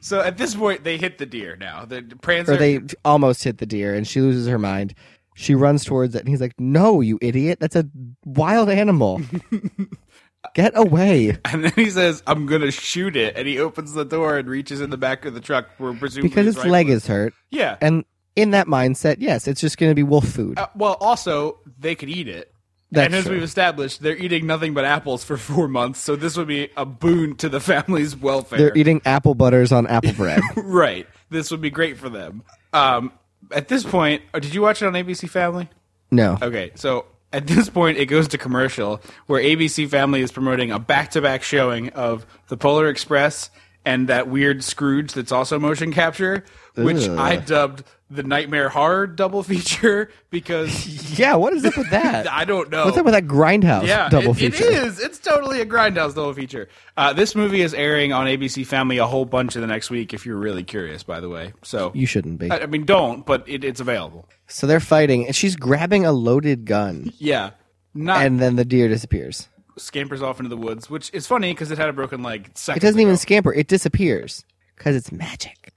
Speaker 2: so at this point, they hit the deer now. The Prancer.
Speaker 3: or they almost hit the deer and she loses her mind. She runs towards it and he's like, No, you idiot. That's a wild animal. Get away.
Speaker 2: and then he says, I'm going to shoot it. And he opens the door and reaches in the back of the truck where presumably
Speaker 3: Because
Speaker 2: his
Speaker 3: its
Speaker 2: rifle
Speaker 3: leg is hurt.
Speaker 2: Yeah.
Speaker 3: And in that mindset, yes, it's just going to be wolf food.
Speaker 2: Uh, well, also, they could eat it.
Speaker 3: That's
Speaker 2: and as
Speaker 3: true.
Speaker 2: we've established, they're eating nothing but apples for four months, so this would be a boon to the family's welfare.
Speaker 3: They're eating apple butters on apple bread.
Speaker 2: right. This would be great for oh, them. Um, at this point, uh, did you watch it on ABC Family?
Speaker 3: No.
Speaker 2: Okay, so At this point, it goes to commercial, where ABC Family is promoting a back-to-back showing of The Polar Express and that weird Scrooge that's also motion capture, which
Speaker 3: Ugh.
Speaker 2: I dubbed the Nightmare Horror double feature because
Speaker 3: Yeah, what is up with that?
Speaker 2: I don't know.
Speaker 3: What's up with that Grindhouse
Speaker 2: Yeah,
Speaker 3: double
Speaker 2: it,
Speaker 3: feature?
Speaker 2: It is. It's totally a grindhouse double feature. Uh, this movie is airing on ABC Family a whole bunch of the next week. If you're really curious, by the way, so
Speaker 3: You shouldn't be.
Speaker 2: I, I mean, don't, but it, it's available.
Speaker 3: So they're fighting, and she's grabbing a loaded gun,
Speaker 2: Yeah, not
Speaker 3: and then the deer disappears.
Speaker 2: scampers off into the woods, which is funny because it had a broken leg.
Speaker 3: It doesn't even scamper; it disappears because it's magic.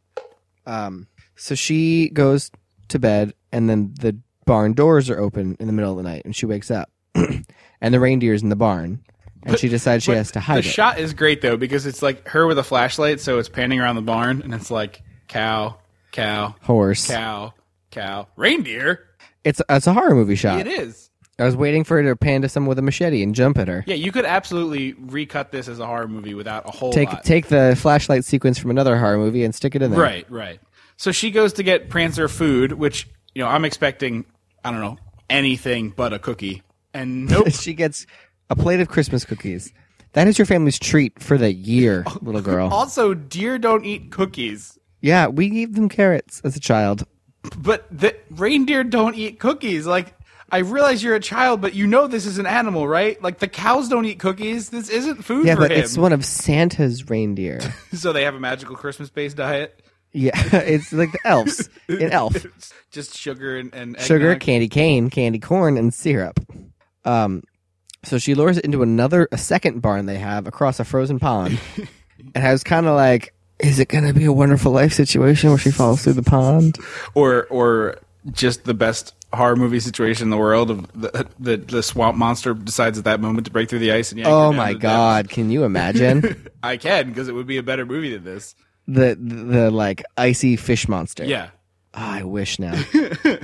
Speaker 3: Um. So she goes to bed, and then the barn doors are open in the middle of the night, and she wakes up, and the reindeer's in the barn, and she decides she
Speaker 2: But
Speaker 3: has to hide
Speaker 2: The
Speaker 3: it.
Speaker 2: shot is great though because it's like her with a flashlight, so it's panning around the barn, and it's like cow, cow,
Speaker 3: Horse.
Speaker 2: cow, cow, reindeer.
Speaker 3: It's it's a horror movie shot.
Speaker 2: It is.
Speaker 3: I was waiting for her to pan to someone with a machete and jump at her.
Speaker 2: Yeah, you could absolutely recut this as a horror movie without a whole
Speaker 3: Take
Speaker 2: lot.
Speaker 3: take the flashlight sequence from another horror movie and stick it in there.
Speaker 2: Right, right. So she goes to get Prancer food, which you know I'm expecting. I don't know anything but a cookie, and nope.
Speaker 3: she gets a plate of Christmas cookies. That is your family's treat for the year, little girl.
Speaker 2: also, deer don't eat cookies,
Speaker 3: yeah, we gave them carrots as a child.
Speaker 2: but the reindeer don't eat cookies. Like I realize you're a child, but you know this is an animal, right? Like the cows don't eat cookies. This isn't food
Speaker 3: Yeah,
Speaker 2: for
Speaker 3: but
Speaker 2: him.
Speaker 3: it's one of Santa's reindeer.
Speaker 2: so they have a magical Christmas-based diet,
Speaker 3: yeah, it's like the elves. An elf.
Speaker 2: just sugar and, and
Speaker 3: Sugar,
Speaker 2: eggnog.
Speaker 3: candy cane, candy corn, and syrup. Um, so she lures it into another, a second barn they have across a frozen pond. and I was kind of like, is it going to be a wonderful life situation where she falls through the pond?
Speaker 2: or or just the best horror movie situation in the world of the the, the swamp monster decides at that moment to break through the ice and yank her
Speaker 3: Oh
Speaker 2: down
Speaker 3: my
Speaker 2: to the
Speaker 3: God. Can you imagine?
Speaker 2: depths. I can because it would be a better movie than this.
Speaker 3: the the like icy fish monster.
Speaker 2: Yeah.
Speaker 3: Oh, I wish now.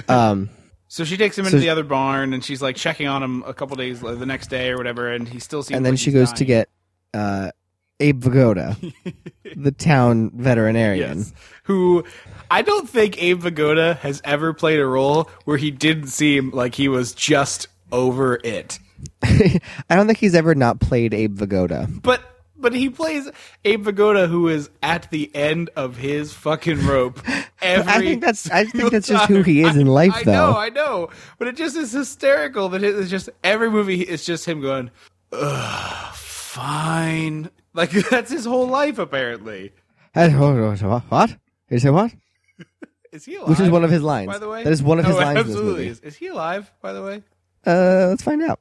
Speaker 2: So she takes him into
Speaker 3: So-
Speaker 2: the other barn and she's like checking on him a couple days la- the next day or whatever and he still seems
Speaker 3: and then
Speaker 2: like
Speaker 3: she
Speaker 2: he's
Speaker 3: goes to
Speaker 2: dying.
Speaker 3: get uh, Abe Vigoda, the town veterinarian.
Speaker 2: Yes. Who I don't think Abe Vigoda has ever played a role where he didn't seem like he was just over it.
Speaker 3: I don't think he's ever not played Abe Vigoda.
Speaker 2: But but he plays Abe Vigoda, who is at the end of his fucking rope. Every
Speaker 3: I think that's I
Speaker 2: single
Speaker 3: think that's just who he is
Speaker 2: time.
Speaker 3: in life,
Speaker 2: I, I
Speaker 3: though.
Speaker 2: know, I know, but it just is hysterical that it is just every movie. It's just him going, Ugh, fine. Like that's his whole life, apparently.
Speaker 3: And- oh, oh, oh, what? You say what?
Speaker 2: Is he alive?
Speaker 3: Which is one of his lines.
Speaker 2: By the way,
Speaker 3: That is one of his
Speaker 2: Oh,
Speaker 3: lines in this
Speaker 2: Absolutely,
Speaker 3: movie.
Speaker 2: is. Is he alive? By the way,
Speaker 3: Uh, let's find out.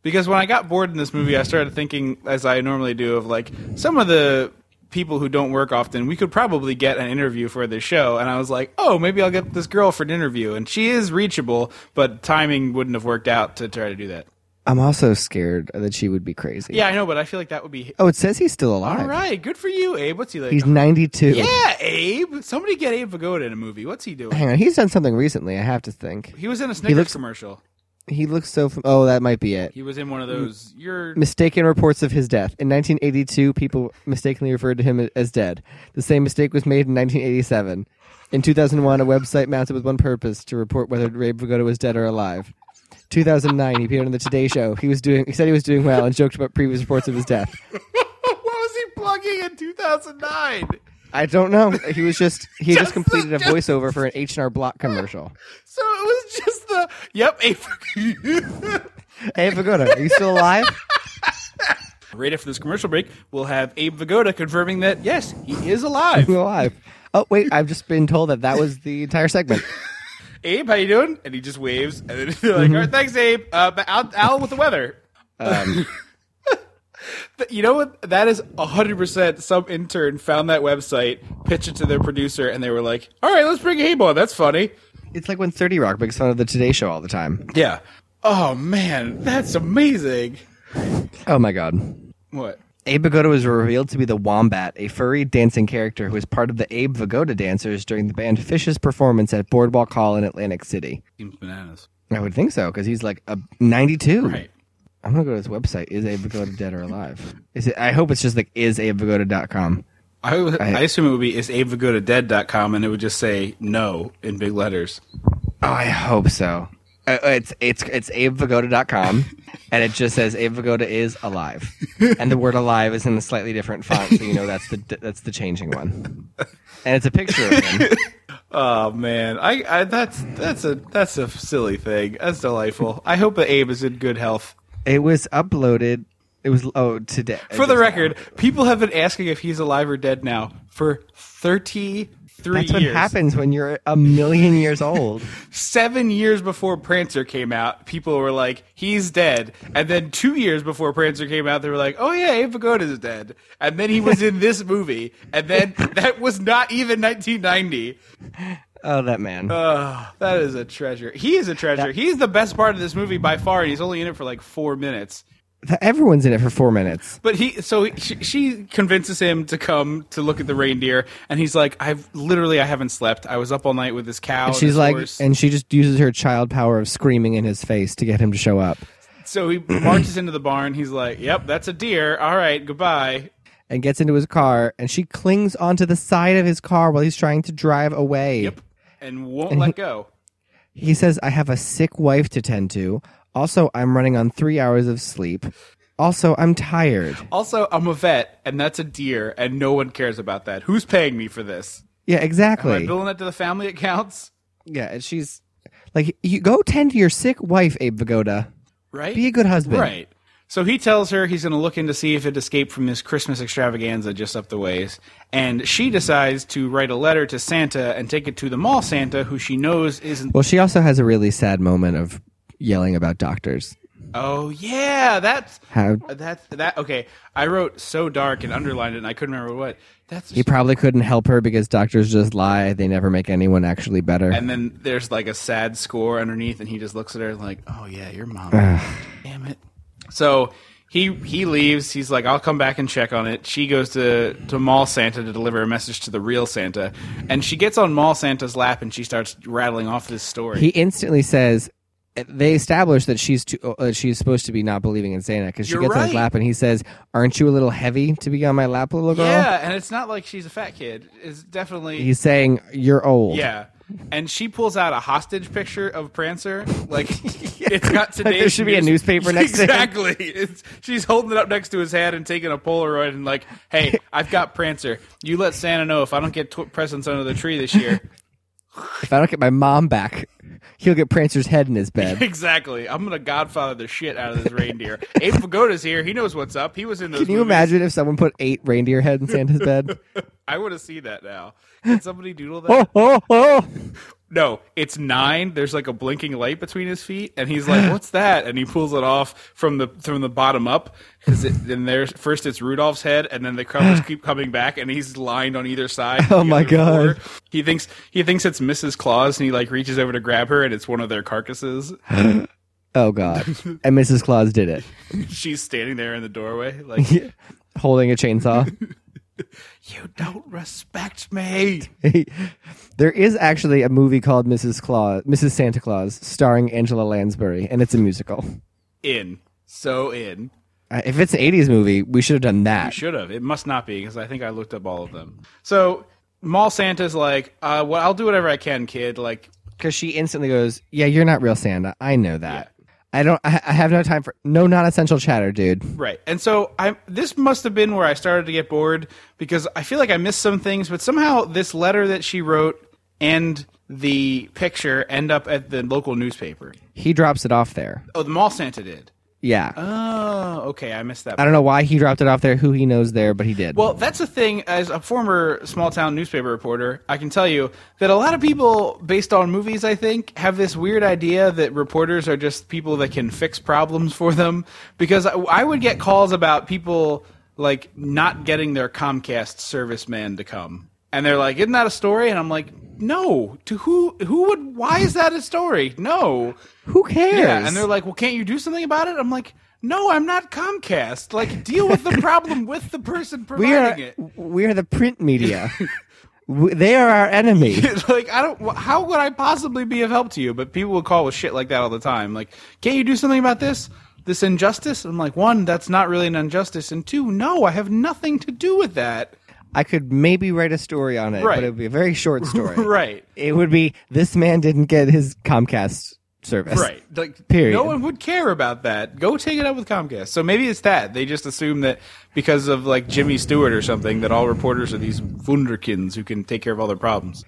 Speaker 2: Because when I got bored in this movie, I started thinking, as I normally do, of like some of the people who don't work often, we could probably get an interview for this show. And I was like, oh, maybe I'll get this girl for an interview. And she is reachable, but timing wouldn't have worked out to try to do that.
Speaker 3: I'm also scared that she would be crazy.
Speaker 2: Yeah, I know, but I feel like that would be.
Speaker 3: Oh, it says he's still alive.
Speaker 2: All right, good for you, Abe. What's he like?
Speaker 3: He's 92.
Speaker 2: yeah, Abe. Somebody get Abe Vigoda in a movie. What's he doing?
Speaker 3: Hang on, he's done something recently. I have to think.
Speaker 2: He was in a Snickers
Speaker 3: looks-
Speaker 2: commercial.
Speaker 3: He looks so. Fam- oh, that might be it.
Speaker 2: He was in
Speaker 3: Mm.
Speaker 2: one of those. You're
Speaker 3: mistaken reports of his death. In 1982, people mistakenly referred to him as dead. The same mistake was made in 1987. In 2001, a website mounted with one purpose to report whether Ray Vigoda was dead or alive. 2009, he appeared on the Today Show. He was doing. He said he was doing well and joked about previous reports of his death.
Speaker 2: what was he plugging in 2009?
Speaker 3: I don't know. He was just. He had
Speaker 2: Just-
Speaker 3: just completed a
Speaker 2: just-
Speaker 3: voiceover for an H and R Block commercial.
Speaker 2: So it was just the yep. Abe.
Speaker 3: Hey Vigoda, are you still alive?
Speaker 2: right after this commercial break, we'll have Abe Vigoda confirming that yes, he is alive.
Speaker 3: Still alive. Oh wait, I've just been told that that was the entire segment.
Speaker 2: Abe, how you doing? And he just waves, and then they're like, "All right, thanks, Abe. Uh, but Al, Al with the weather." Um. Th- you know what? That is hundred percent. Some intern found that website, pitched it to their producer, and they were like, "All right, let's bring Abe on. That's funny."
Speaker 3: It's like when Thirty Rock makes fun of the Today Show all the time.
Speaker 2: Yeah. Oh man, that's amazing.
Speaker 3: Oh my god.
Speaker 2: What?
Speaker 3: Abe Vigoda was revealed to be the Wombat, a furry dancing character who was part of the Abe Vigoda dancers during the band Fish's performance at Boardwalk Hall in Atlantic City.
Speaker 2: Seems bananas.
Speaker 3: I would think so because he's like a 92.
Speaker 2: Right.
Speaker 3: I'm gonna go to his website. Is Abe Vigoda dead or alive? Is it? I hope it's just like is abevigoda.com.
Speaker 2: I, would- I assume it would be is abevigodadead.com and it would just say no in big letters.
Speaker 3: Oh, I hope so. Uh, it's it's it's abevagoda.com and it just says Abe Vigoda is alive. And the word alive is in a slightly different font, so you know that's the that's the changing one. And it's a picture of him.
Speaker 2: Oh man, I, I that's that's a that's a silly thing. That's delightful. I hope that Abe is in good health.
Speaker 3: It was uploaded it was oh today.
Speaker 2: For the
Speaker 3: just now.
Speaker 2: record, people have been asking if he's alive or dead now for thirty three
Speaker 3: That's
Speaker 2: years.
Speaker 3: what happens when you're a million years old.
Speaker 2: Seven years before Prancer came out, people were like, "He's dead," and then two years before Prancer came out, they were like, "Oh yeah, Abe Vigoda is dead," and then he was in this movie, and then that was not even 1990.
Speaker 3: Oh, that man.
Speaker 2: Uh, That is a treasure. He is a treasure. He's the best part of this movie by far, and he's only in it for like four minutes.
Speaker 3: Th- Everyone's in it for four minutes.
Speaker 2: But he, so she, she convinces him to come to look at the reindeer, and he's like, "I've literally, I haven't slept. I was up all night with this cow."
Speaker 3: And
Speaker 2: and
Speaker 3: she's
Speaker 2: this
Speaker 3: like,
Speaker 2: horse."
Speaker 3: and she just uses her child power of screaming in his face to get him to show up.
Speaker 2: so he marches into the barn. He's like, "Yep, that's a deer. All right, goodbye."
Speaker 3: and gets into his car and she clings onto the side of his car while he's trying to drive away.
Speaker 2: Yep, and won't
Speaker 3: And
Speaker 2: let
Speaker 3: he-
Speaker 2: go.
Speaker 3: He says, I have a sick wife to tend to. Also, I'm running on three hours of sleep. Also, I'm tired.
Speaker 2: Also, I'm a vet, and that's a deer, and no one cares about that. Who's paying me for this?
Speaker 3: Yeah,
Speaker 2: Am I
Speaker 3: exactly.
Speaker 2: billing it to the family accounts?
Speaker 3: yeah, and she's like, you go tend to your sick wife, Abe Vigoda.
Speaker 2: Right?
Speaker 3: Be a good husband.
Speaker 2: Right. So he tells her he's going to look in to see if it escaped from his Christmas extravaganza just up the ways. And she decides to write a letter to Santa and take it to the mall Santa, who she knows isn't.
Speaker 3: Well, she also has a really sad moment of yelling about doctors.
Speaker 2: Oh, yeah. That's.
Speaker 3: How
Speaker 2: That's that. Okay. I wrote so dark and underlined it, and I couldn't remember what. That's.
Speaker 3: he probably couldn't help her because doctors just lie. They never make anyone actually better.
Speaker 2: and then there's like a sad score underneath, and he just looks at her like, "Oh yeah, your mom. Damn it." So he he leaves. He's like, "I'll come back and check on it." She goes to to Mall Santa to deliver a message to the real Santa, and she gets on Mall Santa's lap and she starts rattling off this story.
Speaker 3: he instantly says they establish that she's too, uh, she's supposed to be not believing in Santa because she
Speaker 2: You're
Speaker 3: gets on his
Speaker 2: right.
Speaker 3: lap and he says, "Aren't you a little heavy to be on my lap, little girl?"
Speaker 2: yeah, and it's not like she's a fat kid. It's definitely
Speaker 3: He's saying, "You're old."
Speaker 2: yeah. And she pulls out a hostage picture of Prancer. Like it's got today's.
Speaker 3: there should be a newspaper next to him.
Speaker 2: exactly. to Exactly. It's, she's holding it up next to his head and taking a Polaroid and like, hey, I've got Prancer. You let Santa know if I don't get tw- presents under the tree this year.
Speaker 3: If I don't get my mom back, he'll get Prancer's head in his bed.
Speaker 2: exactly. I'm gonna Godfather the shit out of this reindeer. Abe Pagoda's here. He knows what's up. He was in those.
Speaker 3: Can you
Speaker 2: movies.
Speaker 3: imagine if someone put eight reindeer head in Santa's bed?
Speaker 2: I want to see that now. Can somebody doodle that?
Speaker 3: oh, oh, oh!
Speaker 2: No, it's nine. There's like a blinking light between his feet, and he's like, "What's that?" And he pulls it off from the from the bottom up. Because then there's first it's Rudolph's head, and then the covers keep coming back, and he's lined on either side.
Speaker 3: Oh
Speaker 2: the
Speaker 3: my
Speaker 2: other
Speaker 3: God.
Speaker 2: four. He thinks he thinks it's Mrs. Claus, and he like reaches over to grab her, and it's one of their carcasses.
Speaker 3: Oh God! And Mrs. Claus did it,
Speaker 2: She's standing there in the doorway, like,
Speaker 3: holding a chainsaw.
Speaker 2: "You don't respect me."
Speaker 3: there is actually a movie called Mrs. Claus, Mrs. Santa Claus, starring Angela Lansbury, and it's a musical.
Speaker 2: In so in
Speaker 3: Uh, if it's an 80s movie, we should have done that.
Speaker 2: Should have. It must not be because I think I looked up all of them. So Mall Santa's like, uh, well, I'll do whatever I can, kid. Like,
Speaker 3: Because she instantly goes, Yeah, you're not real Santa. I know that. I don't, I, I have no time for, no non essential chatter, dude.
Speaker 2: right. And so I this must have been where I started to get bored because I feel like I missed some things, but somehow this letter that she wrote and the picture end up at the local newspaper.
Speaker 3: He drops it off there.
Speaker 2: Oh, the Mall Santa did.
Speaker 3: Yeah.
Speaker 2: Oh, okay. I missed that.
Speaker 3: I don't know why he dropped it off there, who he knows there, but he did.
Speaker 2: Well, that's the thing. As a former small town newspaper reporter, I can tell you that a lot of people, based on movies, I think, have this weird idea that reporters are just people that can fix problems for them. Because I, I would get calls about people like not getting their Comcast serviceman to come, and they're like, "Isn't that a story?" And I'm like, "No. To who? Who would? Why is that a story? No."
Speaker 3: who cares?
Speaker 2: Yeah, and they're like, "Well, can't you do something about it?" I'm like, "No, I'm not Comcast. Like, deal with the problem with the person providing
Speaker 3: we are,
Speaker 2: it."
Speaker 3: we are the print media. we, they are our enemy.
Speaker 2: It's like, I don't. wh- How would I possibly be of help to you? But people will call with shit like that all the time. Like, can't you do something about this? This injustice? I'm like, one, that's not really an injustice, and two, no, I have nothing to do with that.
Speaker 3: I could maybe write a story on it,
Speaker 2: Right.
Speaker 3: but it would be a very short story.
Speaker 2: Right.
Speaker 3: It would be this man didn't get his Comcast service.
Speaker 2: Right. Like
Speaker 3: Period.
Speaker 2: no one would care about that. Go take it up with Comcast. So maybe it's that. They just assume that because of like Jimmy Stewart or something that all reporters are these wunderkinds who can take care of all their problems.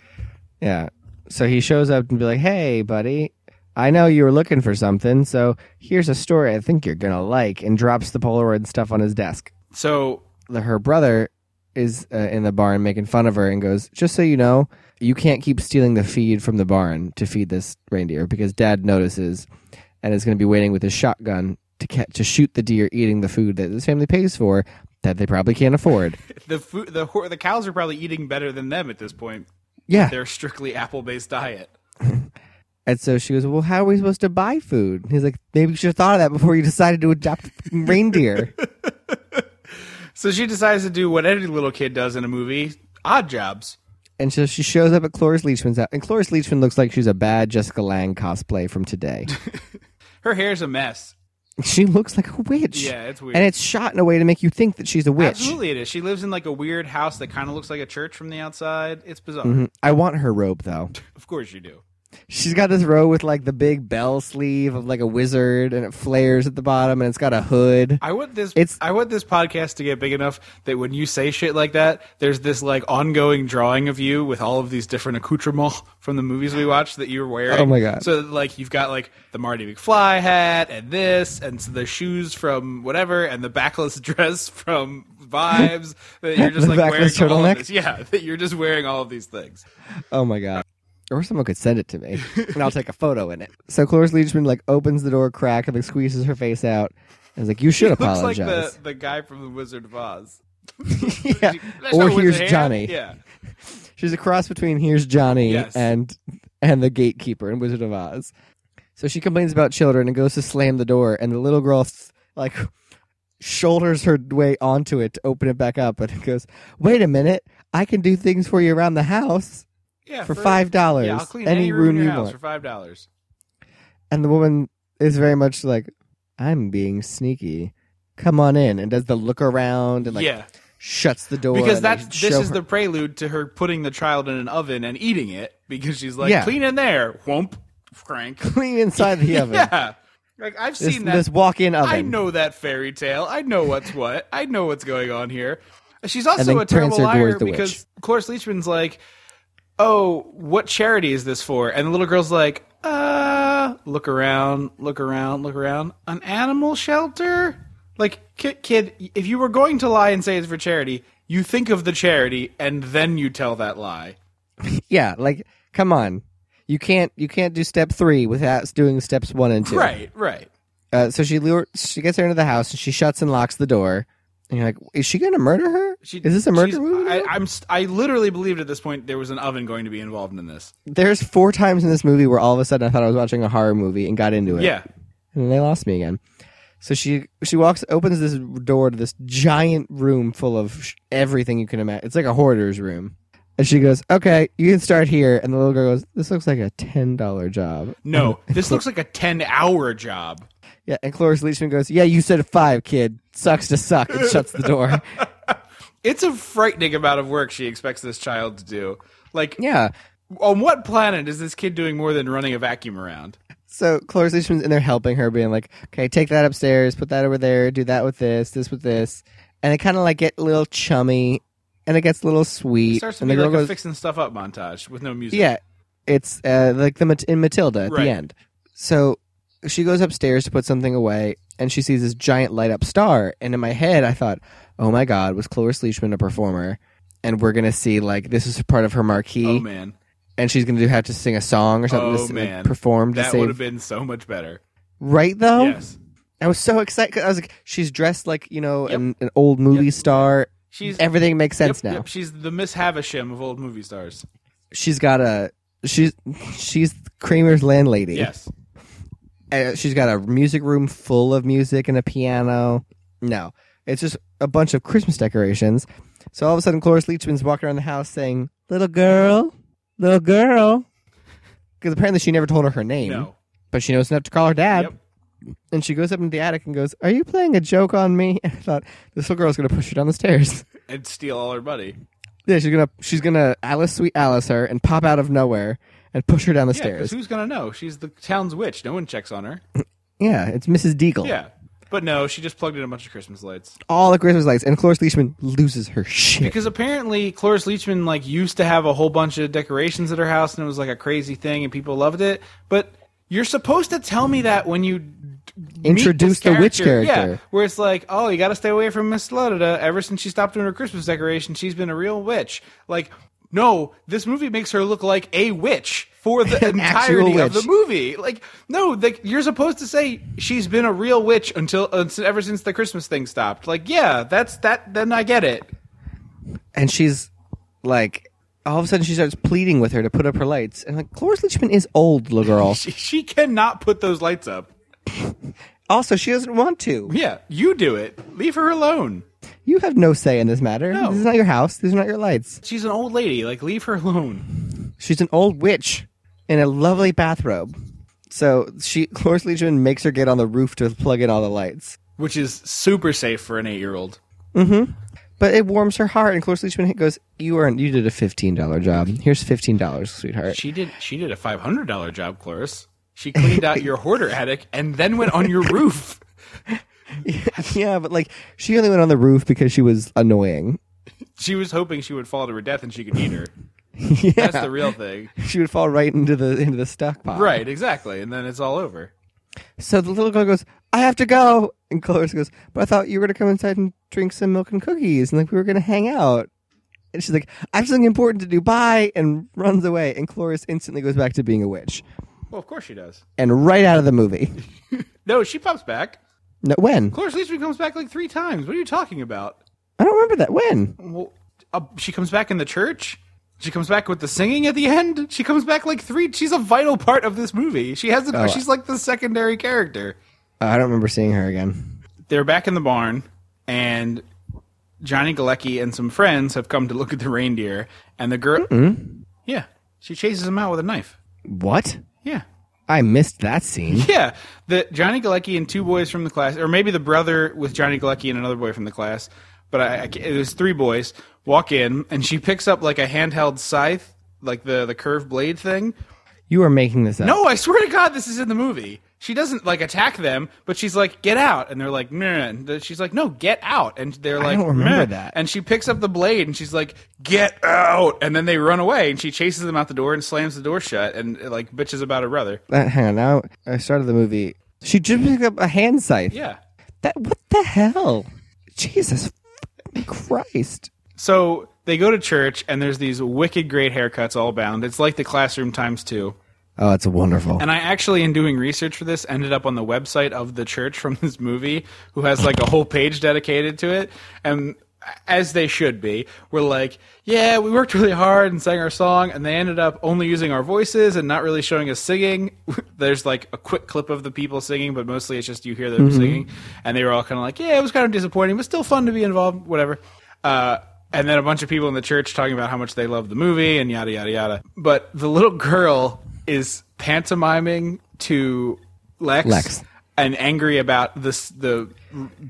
Speaker 3: Yeah. So he shows up and be like, "Hey, buddy, I know you were looking for something, so here's a story I think you're gonna like," and drops the Polaroid stuff on his desk.
Speaker 2: So
Speaker 3: The- Her brother is uh, in the barn making fun of her and goes, "Just so you know, you can't keep stealing the feed from the barn to feed this reindeer because Dad notices and is going to be waiting with his shotgun to ca- to shoot the deer eating the food that his family pays for." That they probably can't afford.
Speaker 2: the food, the hor- the cows are probably eating better than them at this point.
Speaker 3: Yeah.
Speaker 2: Their strictly apple based diet.
Speaker 3: And so she goes, Well, how are we supposed to buy food? And he's like, Maybe you should have thought of that before you decided to adopt a reindeer.
Speaker 2: So she decides to do what any little kid does in a movie: odd jobs.
Speaker 3: and so she shows up at Cloris Leachman's house. And Cloris Leachman looks like she's a bad Jessica Lang cosplay from today.
Speaker 2: Her hair's a mess.
Speaker 3: she looks like a witch.
Speaker 2: Yeah, it's weird.
Speaker 3: And it's shot in a way to make you think that she's a witch.
Speaker 2: Absolutely, it is. She lives in like a weird house that kind of looks like a church from the outside. It's bizarre.
Speaker 3: I want her robe, though.
Speaker 2: Of course, you do.
Speaker 3: She's got this robe with like the big bell sleeve of like a wizard and it flares at the bottom and it's got a hood.
Speaker 2: I want this.
Speaker 3: It's-
Speaker 2: I want this podcast to get big enough that when you say shit like that, there's this like ongoing drawing of you with all of these different accoutrements from the movies we watched that you were wearing.
Speaker 3: Oh my God.
Speaker 2: So that, like you've got like the Marty McFly hat and this and the shoes from whatever and the backless dress from Vibes that you're just
Speaker 3: The
Speaker 2: like wearing
Speaker 3: backless
Speaker 2: all of
Speaker 3: turtleneck?
Speaker 2: this. Yeah, that you're just wearing all of these things.
Speaker 3: Oh my god. Or someone could send it to me, and I'll take a photo in it. So Cloris Leachman like opens the door crack and like squeezes her face out, and is like, "You should
Speaker 2: Looks
Speaker 3: apologize."
Speaker 2: like the the guy from the Wizard of Oz.
Speaker 3: yeah.
Speaker 2: That's not
Speaker 3: Or
Speaker 2: Wizard
Speaker 3: here's
Speaker 2: Hand.
Speaker 3: Johnny.
Speaker 2: Yeah.
Speaker 3: She's a cross between here's Johnny
Speaker 2: Yes.
Speaker 3: and and the gatekeeper in Wizard of Oz. So she complains about children and goes to slam the door, and the little girl s- like shoulders her way onto it to open it back up, and goes, "Wait a minute, I can do things for you around the house."
Speaker 2: Yeah,
Speaker 3: For $5.
Speaker 2: Yeah, I'll clean
Speaker 3: Any
Speaker 2: any,
Speaker 3: room
Speaker 2: room, in
Speaker 3: you
Speaker 2: your house
Speaker 3: want.
Speaker 2: for five dollars.
Speaker 3: And the woman is very much like, I'm being sneaky. Come on in. And does the look around and like
Speaker 2: yeah,
Speaker 3: shuts the door.
Speaker 2: because
Speaker 3: and they
Speaker 2: that's
Speaker 3: show
Speaker 2: this is
Speaker 3: her-
Speaker 2: the prelude to her putting the child in an oven and eating it because she's like,
Speaker 3: Yeah.
Speaker 2: clean in there, whomp, crank.
Speaker 3: clean inside the oven.
Speaker 2: yeah, like I've
Speaker 3: This,
Speaker 2: seen that.
Speaker 3: this walk in oven.
Speaker 2: I know that fairy tale. I know what's what. I know what's going on here. She's also
Speaker 3: then
Speaker 2: a terrible
Speaker 3: Prancer
Speaker 2: liar
Speaker 3: Gore's the
Speaker 2: because
Speaker 3: witch.
Speaker 2: Cloris Leachman's like, "Oh, what charity is this for?" And the little girl's like, "Uh, look around, look around, look around. An animal shelter." Like, kid, kid, if you were going to lie and say it's for charity, you think of the charity and then you tell that lie.
Speaker 3: Yeah, like come on. You can't you can't do step three without doing steps one and two.
Speaker 2: Right, right.
Speaker 3: Uh, so she lure she gets her into the house and she shuts and locks the door. And you're like, is she gonna murder her?
Speaker 2: She-
Speaker 3: is this a murder
Speaker 2: she's-
Speaker 3: movie?
Speaker 2: I, I'm. st- I literally believed at this point there was an oven going to be involved in this.
Speaker 3: There's four times in this movie where all of a sudden I thought I was watching a horror movie and got into it.
Speaker 2: Yeah.
Speaker 3: and then they lost me again. So she she walks opens this door to this giant room full of sh- everything you can imagine. It's like a hoarder's room. And she goes, "Okay, you can start here." And the little girl goes, "This looks like a ten dollar job."
Speaker 2: No, this looks like a 10 hour job.
Speaker 3: Yeah, and Cloris Leachman goes, "Yeah, you said five, kid. Sucks to suck." And shuts the door.
Speaker 2: It's a frightening amount of work she expects this child to do. Like,
Speaker 3: yeah.
Speaker 2: on what planet is this kid doing more than running a vacuum around?
Speaker 3: So Cloris Leachman's in there helping her, being like, "Okay, take that upstairs, put that over there, do that with this, this with this," and it kind of like get a little chummy, and it gets a little
Speaker 2: It
Speaker 3: sweet.
Speaker 2: starts to
Speaker 3: and
Speaker 2: be
Speaker 3: the girl
Speaker 2: like a
Speaker 3: goes,
Speaker 2: fixing stuff up montage with no music.
Speaker 3: Yeah, it's uh, like the Mat- in Matilda at
Speaker 2: Right.
Speaker 3: the end. So she goes upstairs to put something away, and she sees this giant light up star. And in my head, I thought, "Oh my God, was Cloris Leachman a performer?" And we're gonna see like this is part of her marquee,
Speaker 2: Oh, man.
Speaker 3: and she's gonna do have to sing a song or something, to,
Speaker 2: Oh,
Speaker 3: s- like,
Speaker 2: man.
Speaker 3: perform to
Speaker 2: That would
Speaker 3: save.
Speaker 2: have been so much better.
Speaker 3: right though,
Speaker 2: Yes.
Speaker 3: I was so excited. 'cause I was like, she's dressed like you know an, an old movie star.
Speaker 2: She's.
Speaker 3: Everything makes sense
Speaker 2: yep,
Speaker 3: now.
Speaker 2: yep, she's the Miss Havisham of old movie stars.
Speaker 3: She's got a she's she's Kramer's landlady.
Speaker 2: Yes.
Speaker 3: uh, she's got a music room full of music and a piano. No, it's just a bunch of Christmas decorations. So all of a sudden, Cloris Leachman's walking around the house saying, "Little girl, little girl," because apparently she never told her her name,
Speaker 2: No.
Speaker 3: but she knows enough to call her dad.
Speaker 2: Yep.
Speaker 3: And she goes up into the attic and goes, "Are you playing a joke on me?" And I thought this little girl's gonna push her down the stairs.
Speaker 2: And steal all her money.
Speaker 3: Yeah, she's gonna she's gonna Alice sweet Alice her and pop out of nowhere and push her down the
Speaker 2: Yeah, 'cause
Speaker 3: stairs.
Speaker 2: who's gonna know? She's the town's witch. No one checks on her.
Speaker 3: Yeah, it's Mrs. Deagle.
Speaker 2: Yeah, but no, she just plugged in a bunch of Christmas lights
Speaker 3: All the Christmas lights, and Cloris Leachman loses her shit.
Speaker 2: because apparently Cloris Leachman like used to have a whole bunch of decorations at her house, and it was like a crazy thing, and people loved it. But you're supposed to tell me that when you d- meet
Speaker 3: Introduce
Speaker 2: this
Speaker 3: the witch
Speaker 2: Yeah,
Speaker 3: character.
Speaker 2: where it's like, oh, you got to stay away from Miss Sludda. Ever since she stopped doing her Christmas decoration, she's been a real witch. Like. No, this movie makes her look like a witch for the
Speaker 3: An actual
Speaker 2: entirety of the
Speaker 3: witch.
Speaker 2: movie. Like, no, like you're supposed to say she's been a real witch until uh, ever since the Christmas thing stopped. Like, yeah, that's that. Then I get it.
Speaker 3: and she's like, all of a sudden she starts pleading with her to put up her lights. And like, Cloris Leachman is old, little girl.
Speaker 2: She, she cannot put those lights up.
Speaker 3: also, she doesn't want to.
Speaker 2: Yeah, you do it. Leave her alone.
Speaker 3: You have no say in this matter.
Speaker 2: No.
Speaker 3: This is not your house. These are not your lights.
Speaker 2: She's an old lady. Like, leave her alone.
Speaker 3: She's an old witch in a lovely bathrobe. So she, Cloris Leachman makes her get on the roof to plug in all the lights.
Speaker 2: Which is super safe for an eight year old.
Speaker 3: But it warms her heart, and Cloris Leachman goes, "You earned, you did a fifteen dollar job. Here's fifteen dollars, sweetheart."
Speaker 2: She did. She did a five hundred dollar job, Cloris. She cleaned out your hoarder attic and then went on your roof.
Speaker 3: yeah, but like she only went on the roof because she was annoying.
Speaker 2: She was hoping she would fall to her death and she could eat her. That's the real thing.
Speaker 3: She would fall right into the into the stockpile.
Speaker 2: Right, exactly. And then it's all over.
Speaker 3: So the little girl goes, "I have to go," and Cloris goes, "But I thought you were gonna come inside and drink some milk and cookies, and like we were gonna hang out." And she's like, "I have something important to do. Bye!" and runs away. And Cloris instantly goes back to being a witch,
Speaker 2: Well, of course she does.
Speaker 3: and right out of the movie.
Speaker 2: No, she pops back.
Speaker 3: No, when?
Speaker 2: Cloris Leachman comes back like three times. What are you talking about?
Speaker 3: I don't remember that. When?
Speaker 2: Well, uh, she comes back in the church. She comes back with the singing at the end. She comes back like three. She's a vital part of this movie. She has. A, she's like the secondary character.
Speaker 3: I don't remember seeing her again.
Speaker 2: They're back in the barn, and Johnny Galecki and some friends have come to look at the reindeer. And the girl, yeah, she chases him out with a knife.
Speaker 3: What?
Speaker 2: Yeah,
Speaker 3: I missed that scene.
Speaker 2: Yeah, the Johnny Galecki and two boys from the class, or maybe the brother with Johnny Galecki and another boy from the class, but I, I ca- it was three boys walk in, and she picks up like a handheld scythe, like the the curved blade thing.
Speaker 3: You are making this up.
Speaker 2: No, I swear to God, this is in the movie. She doesn't like attack them, but she's like, "Get out!" And they're like, "Nah." And th- she's like, "No, get out!" And they're like,
Speaker 3: don't remember
Speaker 2: "Nah."
Speaker 3: that.
Speaker 2: And she picks up the blade and she's like, "Get out!" And then they run away, and she chases them out the door and slams the door shut, and like bitches about her brother.
Speaker 3: Uh, hang on. Now I started the movie. She just picked up a hand scythe.
Speaker 2: Yeah.
Speaker 3: That what the hell? Jesus f***ing Christ!
Speaker 2: So they go to church, and there's these wicked great haircuts all bound. It's like the classroom times two.
Speaker 3: Oh, it's wonderful.
Speaker 2: And I actually, in doing research for this, ended up on the website of the church from this movie, who has like a whole page dedicated to it. And as they should be, we're like, yeah, we worked really hard and sang our song, and they ended up only using our voices and not really showing us singing. There's like a quick clip of the people singing, but mostly it's just you hear them singing. And they were all kind of like, yeah, it was kind of disappointing, but still fun to be involved, whatever. Uh, and then a bunch of people in the church talking about how much they love the movie and yada yada yada. But the little girl is pantomiming to Lex,
Speaker 3: Lex.
Speaker 2: and angry about this the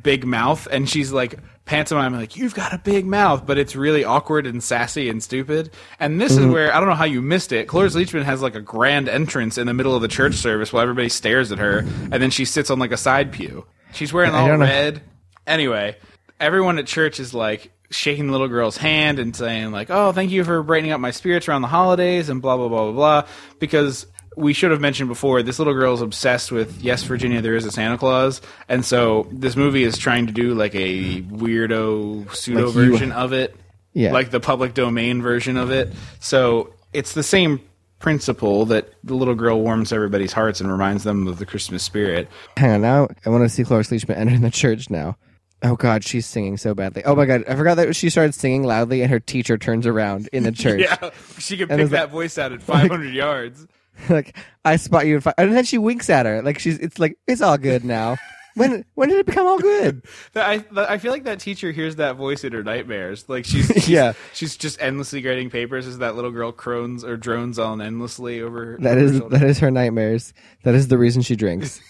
Speaker 2: big mouth, and she's like pantomiming like you've got a big mouth, but it's really awkward and sassy and stupid. And this
Speaker 3: Mm-hmm.
Speaker 2: is where I don't know how you missed it. Cloris Leachman has like a grand entrance in the middle of the church service while everybody stares at her, and then she sits on like a side pew. She's wearing
Speaker 3: I
Speaker 2: all
Speaker 3: don't know.
Speaker 2: red. Anyway, everyone at church is like shaking the little girl's hand and saying like, "Oh, thank you for brightening up my spirits around the holidays," and blah blah blah blah blah. Because we should have mentioned before, this little girl is obsessed with "Yes, Virginia, there is a Santa Claus," and so this movie is trying to do like a weirdo pseudo
Speaker 3: Like you-
Speaker 2: version of it,
Speaker 3: Yeah.
Speaker 2: like the public domain version of it. So it's the same principle that the little girl warms everybody's hearts and reminds them of the Christmas spirit.
Speaker 3: Hang on now. I want to see Cloris Leachman enter the church now. Oh God, she's singing so badly. Oh my God, I forgot that she started singing loudly, and her teacher turns around in the church,
Speaker 2: Yeah, she can
Speaker 3: And
Speaker 2: pick
Speaker 3: it's like-
Speaker 2: that voice out at 500 yards.
Speaker 3: like I spot you, in fi-. and then she winks at her, like she's. It's like it's all good now. when when did it become all good?
Speaker 2: That- I that- I feel like that teacher hears that voice in her nightmares. Like she's, she's
Speaker 3: Yeah.
Speaker 2: she's just endlessly grading papers as that little girl crones or drones on endlessly over. over
Speaker 3: That
Speaker 2: her
Speaker 3: is
Speaker 2: shoulder.
Speaker 3: that is her nightmares. That is the reason she drinks.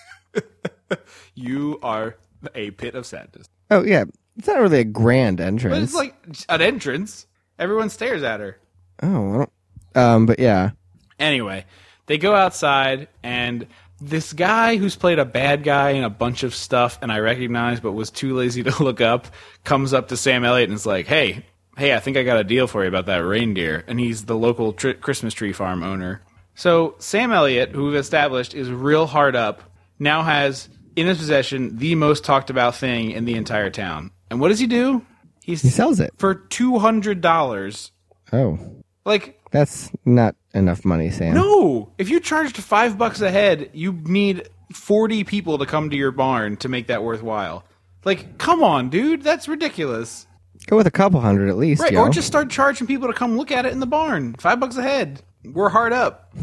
Speaker 2: you are a pit of sadness.
Speaker 3: Oh yeah, it's not really a grand
Speaker 2: But
Speaker 3: entrance.
Speaker 2: it's like an entrance. Everyone stares at her.
Speaker 3: oh, I don't- um, but yeah,
Speaker 2: Anyway, they go outside and this guy who's played a bad guy in a bunch of stuff and I recognize but was too lazy to look up comes up to Sam Elliott and is like, "Hey, hey, I think I got a deal for you about that reindeer." And he's the local tr- Christmas tree farm owner. So Sam Elliott, who we've established is real hard up, now has in his possession the most talked about thing in the entire town. And what does he do? He's,
Speaker 3: He sells it.
Speaker 2: for two hundred dollars.
Speaker 3: Oh,
Speaker 2: Like
Speaker 3: that's not enough money, Sam.
Speaker 2: no, if you charged five bucks a head, you need forty people to come to your barn to make that worthwhile. Like, come on, dude, that's ridiculous.
Speaker 3: Go with a couple hundred at least,
Speaker 2: Right,
Speaker 3: yo.
Speaker 2: or just start charging people to come look at it in the barn. Five bucks a head. We're hard up.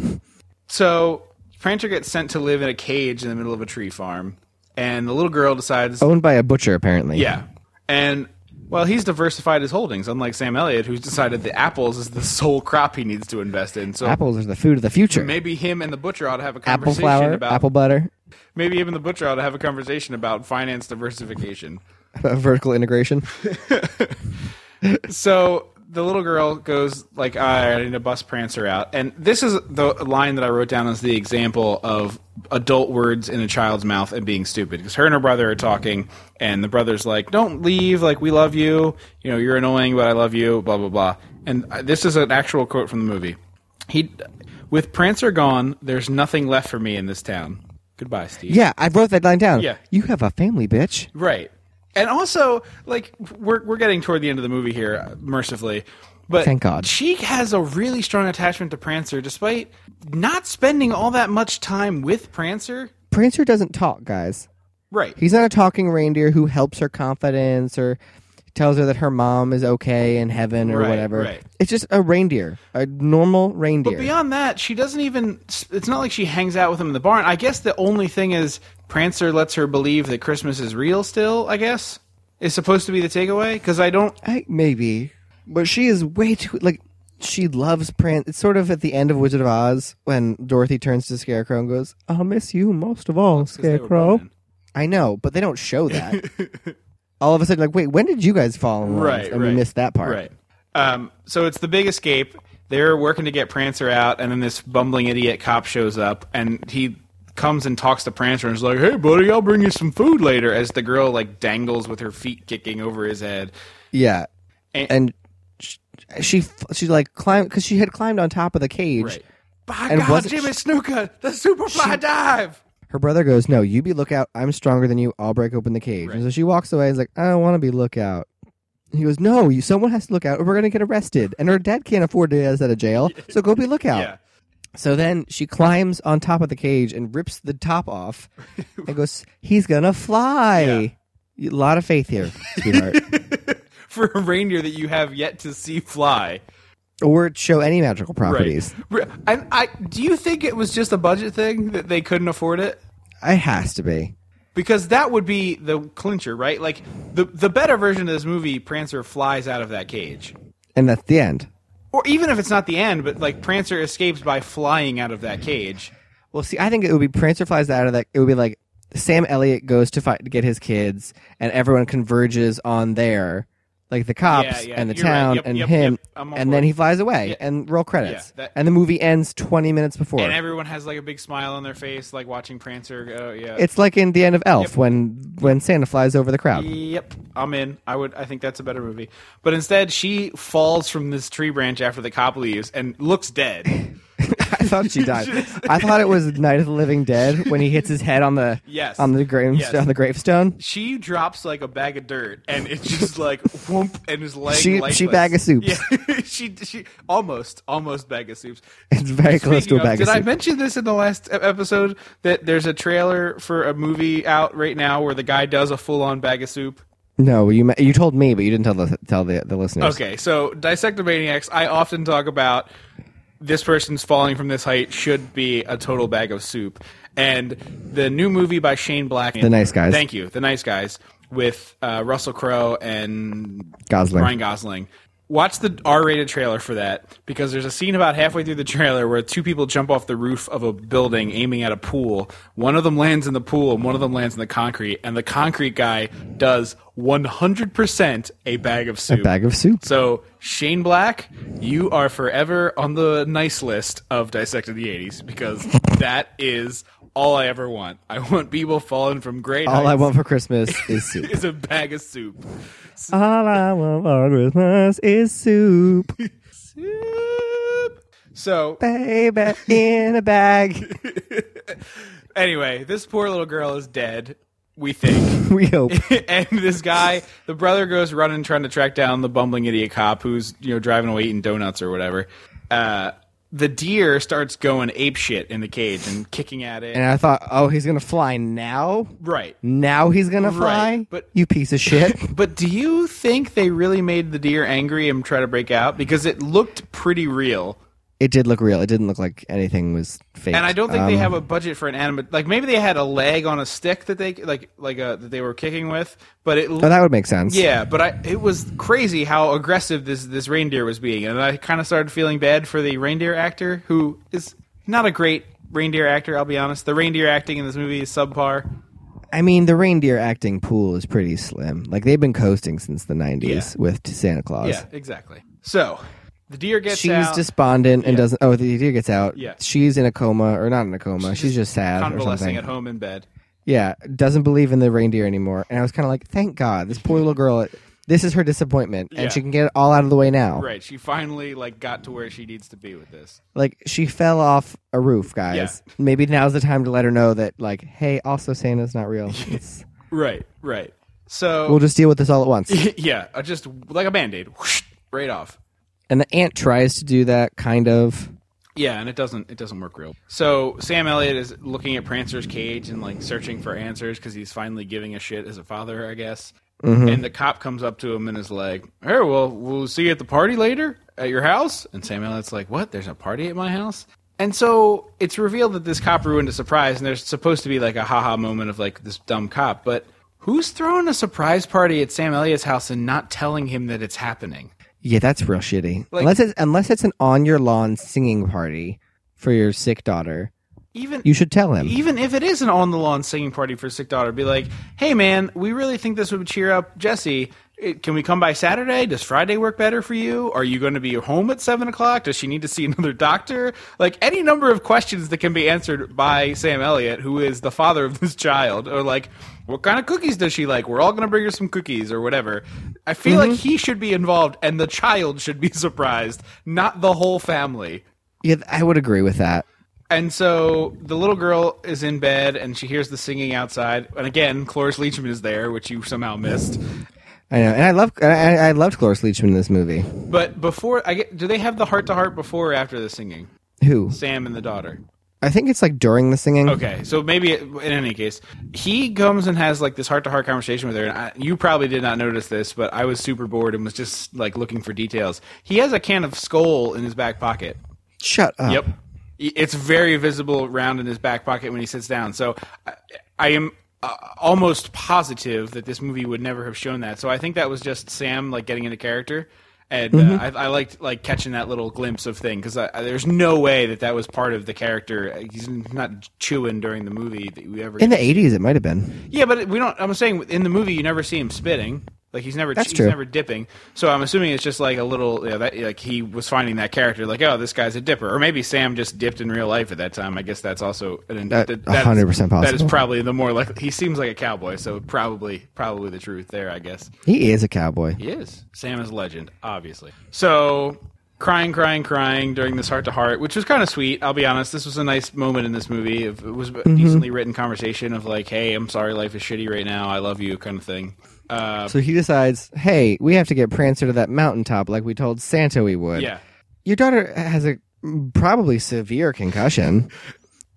Speaker 2: So Prancer gets sent to live in a cage in the middle of a tree farm, and the little girl decides
Speaker 3: Owned by a butcher, apparently.
Speaker 2: Yeah. And well, he's diversified his holdings, unlike Sam Elliott, who's decided the apples is the sole crop he needs to invest in. So
Speaker 3: Apples are the food of the future.
Speaker 2: maybe him and the butcher ought to have a
Speaker 3: apple
Speaker 2: Oh. conversation
Speaker 3: flour,
Speaker 2: about
Speaker 3: apple butter,
Speaker 2: maybe him and the butcher ought to have a conversation about finance diversification.
Speaker 3: vertical integration.
Speaker 2: so the little girl goes like "Ah, i need to bust prancer out and this is the line that i wrote down as the example of adult words in a child's mouth and being stupid because her and her brother are talking and the brother's like don't leave like we love you you know you're annoying but i love you blah blah blah and uh, this is an actual quote from the movie he with prancer gone there's nothing left for me in this town goodbye steve
Speaker 3: Yeah, I wrote that line down.
Speaker 2: Yeah.
Speaker 3: You have a family, bitch.
Speaker 2: Right. And also, like, we're, we're getting toward the end of the movie here, uh, mercifully. But
Speaker 3: Thank God.
Speaker 2: She has a really strong attachment to Prancer, despite not spending all that much time with Prancer.
Speaker 3: Prancer doesn't talk, guys.
Speaker 2: Right.
Speaker 3: He's not a talking reindeer who helps her confidence or tells her that her mom is okay in heaven or
Speaker 2: Right,
Speaker 3: whatever.
Speaker 2: right.
Speaker 3: It's just a reindeer, a normal reindeer.
Speaker 2: But beyond that, she doesn't even. It's not like she hangs out with him in the barn. I guess the only thing is Prancer lets her believe that Christmas is real still, I guess, is supposed to be the takeaway. Because I don't.
Speaker 3: I, maybe, but she is way too like she loves Pran. It's sort of at the end of Wizard of Oz when Dorothy turns to Scarecrow and goes, "I'll miss you most of all, Scarecrow." I know, but they don't show that. all of a sudden, like, wait, when did you guys fall in love?
Speaker 2: Right,
Speaker 3: and
Speaker 2: right.
Speaker 3: we missed that part.
Speaker 2: Right. Um, so it's the big escape. They're working to get Prancer out, and then this bumbling idiot cop shows up, and he comes and talks to Prancer and is like, "Hey, buddy, I'll bring you some food later." As the girl like dangles with her feet kicking over his head.
Speaker 3: Yeah,
Speaker 2: And-
Speaker 3: and, sh- she f- she like climbed because she had climbed on top of the cage.
Speaker 2: By
Speaker 3: And
Speaker 2: God,
Speaker 3: wasn't
Speaker 2: Jimmy
Speaker 3: she-
Speaker 2: Snooker, the Superfly dive.
Speaker 3: Her brother goes, "No, you be lookout. I'm stronger than you. I'll break open the cage." And so she walks away. He's like, "I don't want to be lookout." And He goes, "No, you. Someone has to look out, or we're gonna get arrested." And her dad can't afford to get us out of jail, so go be lookout.
Speaker 2: Yeah.
Speaker 3: So then she climbs on top of the cage and rips the top off, and goes, "He's gonna fly." A lot of faith here, sweetheart.
Speaker 2: For a reindeer that you have yet to see fly.
Speaker 3: or show any magical properties.
Speaker 2: Right. And I do you think it was just a budget thing that they couldn't afford it?
Speaker 3: It has to be.
Speaker 2: because that would be the clincher, right? Like the the better version of this movie, Prancer flies out of that cage,
Speaker 3: And that's the end.
Speaker 2: or even if it's not the end, but like Prancer escapes by flying out of that cage.
Speaker 3: Well, see, I think it would be Prancer flies out of that. It would be like Sam Elliott goes to fight to get his kids, and everyone converges on there, like the cops
Speaker 2: yeah,
Speaker 3: and the
Speaker 2: you're right.
Speaker 3: town
Speaker 2: Yep,
Speaker 3: and
Speaker 2: yep,
Speaker 3: him,
Speaker 2: yep. I'm on
Speaker 3: and
Speaker 2: board.
Speaker 3: then he flies away and roll credits,
Speaker 2: that-
Speaker 3: and the movie ends twenty minutes before.
Speaker 2: And everyone has like a big smile on their face, like watching Prancer go. Yeah.
Speaker 3: it's like in the end of Elf when when Santa flies over the crowd.
Speaker 2: Yep, I'm in. I would. I think that's a better movie. But instead, she falls from this tree branch after the cop leaves and looks dead.
Speaker 3: I thought she died. I thought it was Night of the Living Dead when he hits his head on the
Speaker 2: Yes.
Speaker 3: on the grave
Speaker 2: Yes.
Speaker 3: on the gravestone.
Speaker 2: She drops like a bag of dirt, and it's just like whoomp, and is laying.
Speaker 3: She- she
Speaker 2: lifeless.
Speaker 3: bag of soups.
Speaker 2: Yeah, she she almost almost bag of soups.
Speaker 3: It's very close to
Speaker 2: Speaking
Speaker 3: a bag
Speaker 2: Did
Speaker 3: of
Speaker 2: I
Speaker 3: soup.
Speaker 2: mention this in the last e- episode that there's a trailer for a movie out right now where the guy does a full on bag of soup?
Speaker 3: no, you me- you told me, but you didn't tell the tell the, the listeners.
Speaker 2: Okay, so Dissectomaniacs, I often talk about this person's falling from this height should be a total bag of soup. And the new movie by Shane Black, The
Speaker 3: Nice Guys.
Speaker 2: Thank you, The Nice Guys, with uh, Russell Crowe and
Speaker 3: Gosling.
Speaker 2: Ryan Gosling Watch the R-rated trailer for that because there's a scene about halfway through the trailer where two people jump off the roof of a building aiming at a pool. One of them lands in the pool and one of them lands in the concrete, and the concrete guy does 100% a bag of soup.
Speaker 3: A bag of soup.
Speaker 2: So Shane Black, you are forever on the nice list of dissected the '80s because that is all I ever want. I want people falling from great.
Speaker 3: All I
Speaker 2: heights
Speaker 3: want for Christmas is soup.
Speaker 2: is a bag of soup.
Speaker 3: All I want for Christmas is soup,
Speaker 2: Soup. So
Speaker 3: baby, in a bag.
Speaker 2: anyway, this poor little girl is dead. We think.
Speaker 3: We hope.
Speaker 2: and this guy, the brother goes running trying to track down the bumbling idiot cop who's, you know, driving away eating donuts or whatever. Uh, the deer starts going ape shit in the cage and kicking at it.
Speaker 3: And I thought, oh, he's gonna fly now.
Speaker 2: right.
Speaker 3: Now he's gonna fly.
Speaker 2: Right, but-
Speaker 3: you piece of shit.
Speaker 2: But do you think they really made the deer angry and try to break out? Because it looked pretty real.
Speaker 3: it did look real. It didn't look like anything was fake. Um,
Speaker 2: And I don't think they have a budget for an anima Like maybe they had a leg on a stick that they like like uh, that they were kicking with, but it
Speaker 3: But that would make sense.
Speaker 2: yeah. But I it was crazy how aggressive this this reindeer was being, and I kind of started feeling bad for the reindeer actor who is not a great reindeer actor. I'll be honest. The reindeer acting in this movie is subpar.
Speaker 3: I mean, the reindeer acting pool is pretty slim. Like they've been coasting since the '90s
Speaker 2: Yeah.
Speaker 3: with Santa Claus.
Speaker 2: Yeah, exactly. So the deer gets
Speaker 3: She's
Speaker 2: out.
Speaker 3: despondent and doesn't. Oh, the deer gets out.
Speaker 2: Yeah.
Speaker 3: She's in a coma, or not in a coma. She's, just sad or
Speaker 2: convalescing
Speaker 3: something.
Speaker 2: at home in bed.
Speaker 3: Yeah, doesn't believe in the reindeer anymore. And I was kind of like, thank God, this poor little girl. This is her disappointment,
Speaker 2: Yeah.
Speaker 3: and she can get it all out of the way now.
Speaker 2: Right. She finally like got to where she needs to be with this.
Speaker 3: Like she fell off a roof, guys. Maybe now's the time to let her know that, like, hey, also Santa's not real. It's,
Speaker 2: Right. Right. So
Speaker 3: we'll just deal with this all at once.
Speaker 2: yeah, uh, just like a band-aid, whoosh, right off.
Speaker 3: And the aunt tries to do that, kind of.
Speaker 2: Yeah, and it doesn't it doesn't work real. So Sam Elliott is looking at Prancer's cage and like searching for answers because he's finally giving a shit as a father, I guess. And the cop comes up to him and is like, "Hey, well, we'll see you at the party later at your house." And Sam Elliott's like, "What? There's a party at my house?" And so it's revealed that this cop ruined a surprise, and there's supposed to be like a haha moment of like this dumb cop, but who's throwing a surprise party at Sam Elliott's house and not telling him that it's happening?
Speaker 3: Yeah, that's real shitty.
Speaker 2: Like-
Speaker 3: unless it's unless it's an on your lawn singing party for your sick daughter,
Speaker 2: Even
Speaker 3: you should tell him.
Speaker 2: even if it is an on the lawn singing party for sick daughter, be like, hey man, we really think this would cheer up Jesse. It- Can we come by Saturday? Does Friday work better for you? Are you going to be home at seven o'clock? Does she need to see another doctor? Like any number of questions that can be answered by Sam Elliott, who is the father of this child, or like, what kind of cookies does she like? We're all going to bring her some cookies or whatever. I feel like he should be involved, and the child should be surprised, not the whole family.
Speaker 3: Yeah, I would agree with that.
Speaker 2: And so the little girl is in bed and she hears the singing outside. And again, Cloris Leachman is there, which you somehow missed.
Speaker 3: I know, and I love I, I I loved Cloris Leachman in this movie.
Speaker 2: But before, I get, do they have the heart to heart before or after the singing?
Speaker 3: Who
Speaker 2: Sam and the daughter.
Speaker 3: I think it's like during the singing.
Speaker 2: Okay, so maybe it, in any case, he comes and has like this heart to heart conversation with her. And I, you probably did not notice this, but I was super bored and was just like looking for details. He has a can of skull in his back pocket.
Speaker 3: Shut up.
Speaker 2: Yep. It's very visible round in his back pocket when he sits down. So I, I am uh, almost positive that this movie would never have shown that. So I think that was just Sam like getting into character. And uh, I, I liked like catching that little glimpse of thing because there's no way that that was part of the character. He's not chewing during the movie that we ever.
Speaker 3: In the eighties, it might have been.
Speaker 2: yeah, but we don't. I'm saying in the movie you never see him spitting. Like he's never
Speaker 3: That's
Speaker 2: he's
Speaker 3: true.
Speaker 2: never dipping. So I'm assuming it's just like a little yeah, that, like he was finding that character like oh this guy's a dipper or maybe Sam just dipped in real life at that time. I guess that's also an
Speaker 3: That-
Speaker 2: that-
Speaker 3: 100%
Speaker 2: that is- That is
Speaker 3: possible.
Speaker 2: probably the more likely. He seems like a cowboy, so probably probably the truth there. I guess
Speaker 3: He is a cowboy.
Speaker 2: he is. Sam is a legend, obviously. So crying, crying, crying during this heart to heart, which was kind of sweet. I'll be honest. This was a nice moment in this movie. It was a decently written conversation of like, hey, I'm sorry, life is shitty right now. I love you, kind of thing. Uh,
Speaker 3: So he decides, hey, we have to get Prancer to that mountaintop like we told Santa we would.
Speaker 2: yeah,
Speaker 3: Your daughter has a probably severe concussion,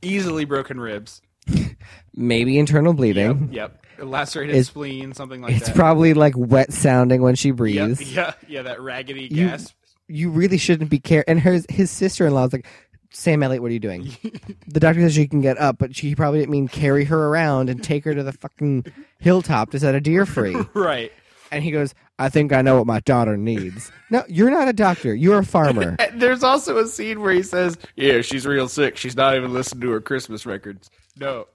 Speaker 2: easily broken ribs.
Speaker 3: maybe internal bleeding.
Speaker 2: Yep, a lacerated
Speaker 3: It's-
Speaker 2: spleen, something like
Speaker 3: It's
Speaker 2: that.
Speaker 3: probably like wet sounding when she
Speaker 2: yeah,
Speaker 3: breathes.
Speaker 2: yeah, yeah, that raggedy
Speaker 3: You-
Speaker 2: gasp.
Speaker 3: You really shouldn't be care. And her his sister in law is like, Sam Elliott, what are you doing? the doctor says she can get up, but she probably didn't mean carry her around and take her to the fucking hilltop to set a deer free.
Speaker 2: Right.
Speaker 3: and he goes, I think I know what my daughter needs. no, you're not a doctor. You're a farmer.
Speaker 2: And Eh, There's also a scene where he says, "Yeah, she's real sick. She's not even listening to her Christmas records." No,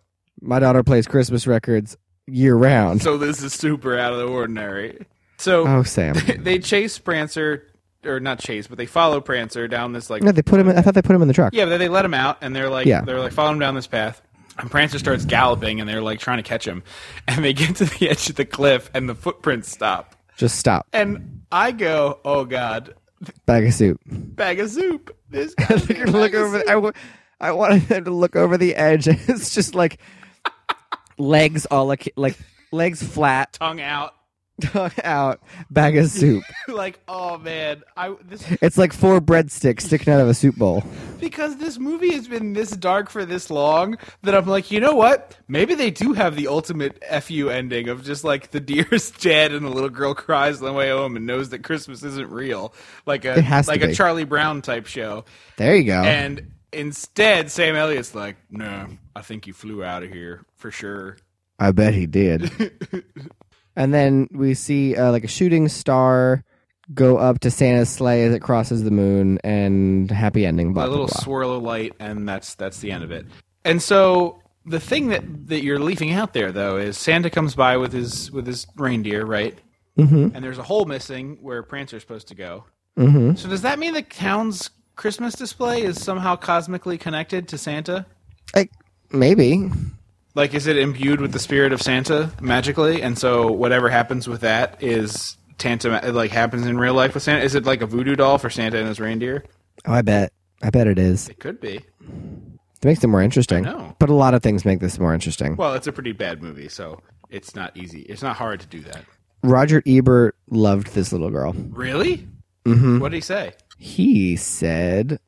Speaker 3: my daughter plays Christmas records year round.
Speaker 2: so this is super out of the ordinary. So
Speaker 3: oh, Sam.
Speaker 2: they chase Prancer, or not chase, but they follow Prancer down this like
Speaker 3: No, they put him. In, I thought they put him in the truck.
Speaker 2: yeah, but they let him out, and they're like
Speaker 3: Yeah.
Speaker 2: they're like follow him down this path. And Prancer starts galloping, and they're like trying to catch him, and they get to the edge of the cliff, and the footprints stop.
Speaker 3: Just stop.
Speaker 2: And I go, "Oh God,
Speaker 3: Bag of soup.
Speaker 2: bag of soup!" This guy's a bag
Speaker 3: look
Speaker 2: of
Speaker 3: over.
Speaker 2: soup.
Speaker 3: I, w- I wanted them to look over the edge. It's just like legs all like like legs flat,
Speaker 2: tongue out.
Speaker 3: tongue out, bag of soup.
Speaker 2: like, oh man, I this
Speaker 3: It's like four breadsticks sticking out of a soup bowl.
Speaker 2: because this movie has been this dark for this long that I'm like, you know what? Maybe they do have the ultimate fu ending of just like the deer's dead and the little girl cries on the way home and knows that Christmas isn't real, like a
Speaker 3: It has to
Speaker 2: like a
Speaker 3: be. Oh.
Speaker 2: Charlie Brown type show.
Speaker 3: There you go.
Speaker 2: And instead, Sam Elliott's like, no, I think you flew out of here for sure.
Speaker 3: I bet he did. and then we see uh, like a shooting star go up to Santa's sleigh as it crosses the moon, and happy ending. Blah
Speaker 2: a little
Speaker 3: blah. blah.
Speaker 2: swirl of light, and that's that's the end of it. And so the thing that that you're leaving out there though is Santa comes by with his with his reindeer, right? Mm-hmm. And there's a hole missing where Prancer's supposed to go. Mm-hmm. So does that mean the town's Christmas display is somehow cosmically connected to Santa?
Speaker 3: Like maybe.
Speaker 2: Like, is it imbued with the spirit of Santa magically? And so whatever happens with that is tantam like happens in real life with Santa. Is it like a voodoo doll for Santa and his reindeer?
Speaker 3: Oh, I bet. I bet it is.
Speaker 2: It could be.
Speaker 3: It makes it more interesting.
Speaker 2: I know.
Speaker 3: But a lot of things make this more interesting.
Speaker 2: Well, it's a pretty bad movie, so it's not easy. It's not hard to do that.
Speaker 3: Roger Ebert loved this little girl.
Speaker 2: Really?
Speaker 3: Mm-hmm.
Speaker 2: What did he say?
Speaker 3: He said,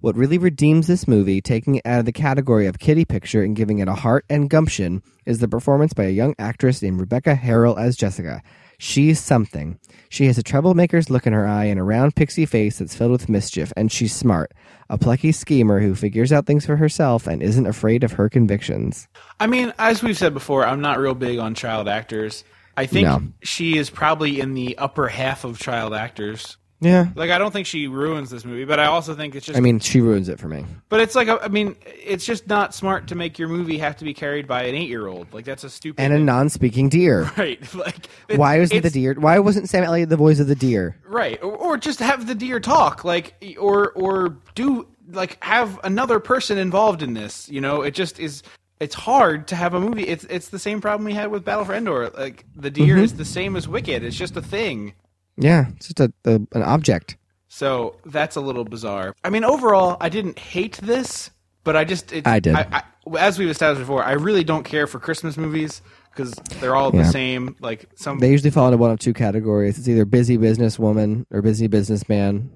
Speaker 3: What really redeems this movie, taking it out of the category of kitty picture and giving it a heart and gumption, is the performance by a young actress named Rebecca Harrell as Jessica. She's something. She has a troublemaker's look in her eye and a round pixie face that's filled with mischief, and she's smart. A plucky schemer who figures out things for herself and isn't afraid of her convictions.
Speaker 2: I mean, as we've said before, I'm not real big on child actors. I think
Speaker 3: No.
Speaker 2: she is probably in the upper half of child actors.
Speaker 3: Yeah.
Speaker 2: Like, I don't think she ruins this movie, but I also think it's just.
Speaker 3: I mean, she ruins it for me.
Speaker 2: but it's like, I mean, it's just not smart to make your movie have to be carried by an eight-year-old. Like, that's a stupid.
Speaker 3: And a non speaking deer.
Speaker 2: right? Like, it-
Speaker 3: Why was it the
Speaker 2: it's-
Speaker 3: deer? Why wasn't Sam Elliott the voice of the deer?
Speaker 2: right or, or just have the deer talk like e, or or do like have another person involved in this you know it just is it's hard to have a movie it's it's the same problem we had with battle for endor like the deer
Speaker 3: Mm-hmm.
Speaker 2: is the same as wicked it's just a thing
Speaker 3: Yeah, it's just a, a an object.
Speaker 2: so that's a little bizarre i mean overall i didn't hate this but i just it,
Speaker 3: I did.
Speaker 2: I, as we've established before i really don't care for christmas movies because they're all
Speaker 3: Yeah.
Speaker 2: the same like some
Speaker 3: They usually fall into one of two categories. It's either busy businesswoman or busy businessman,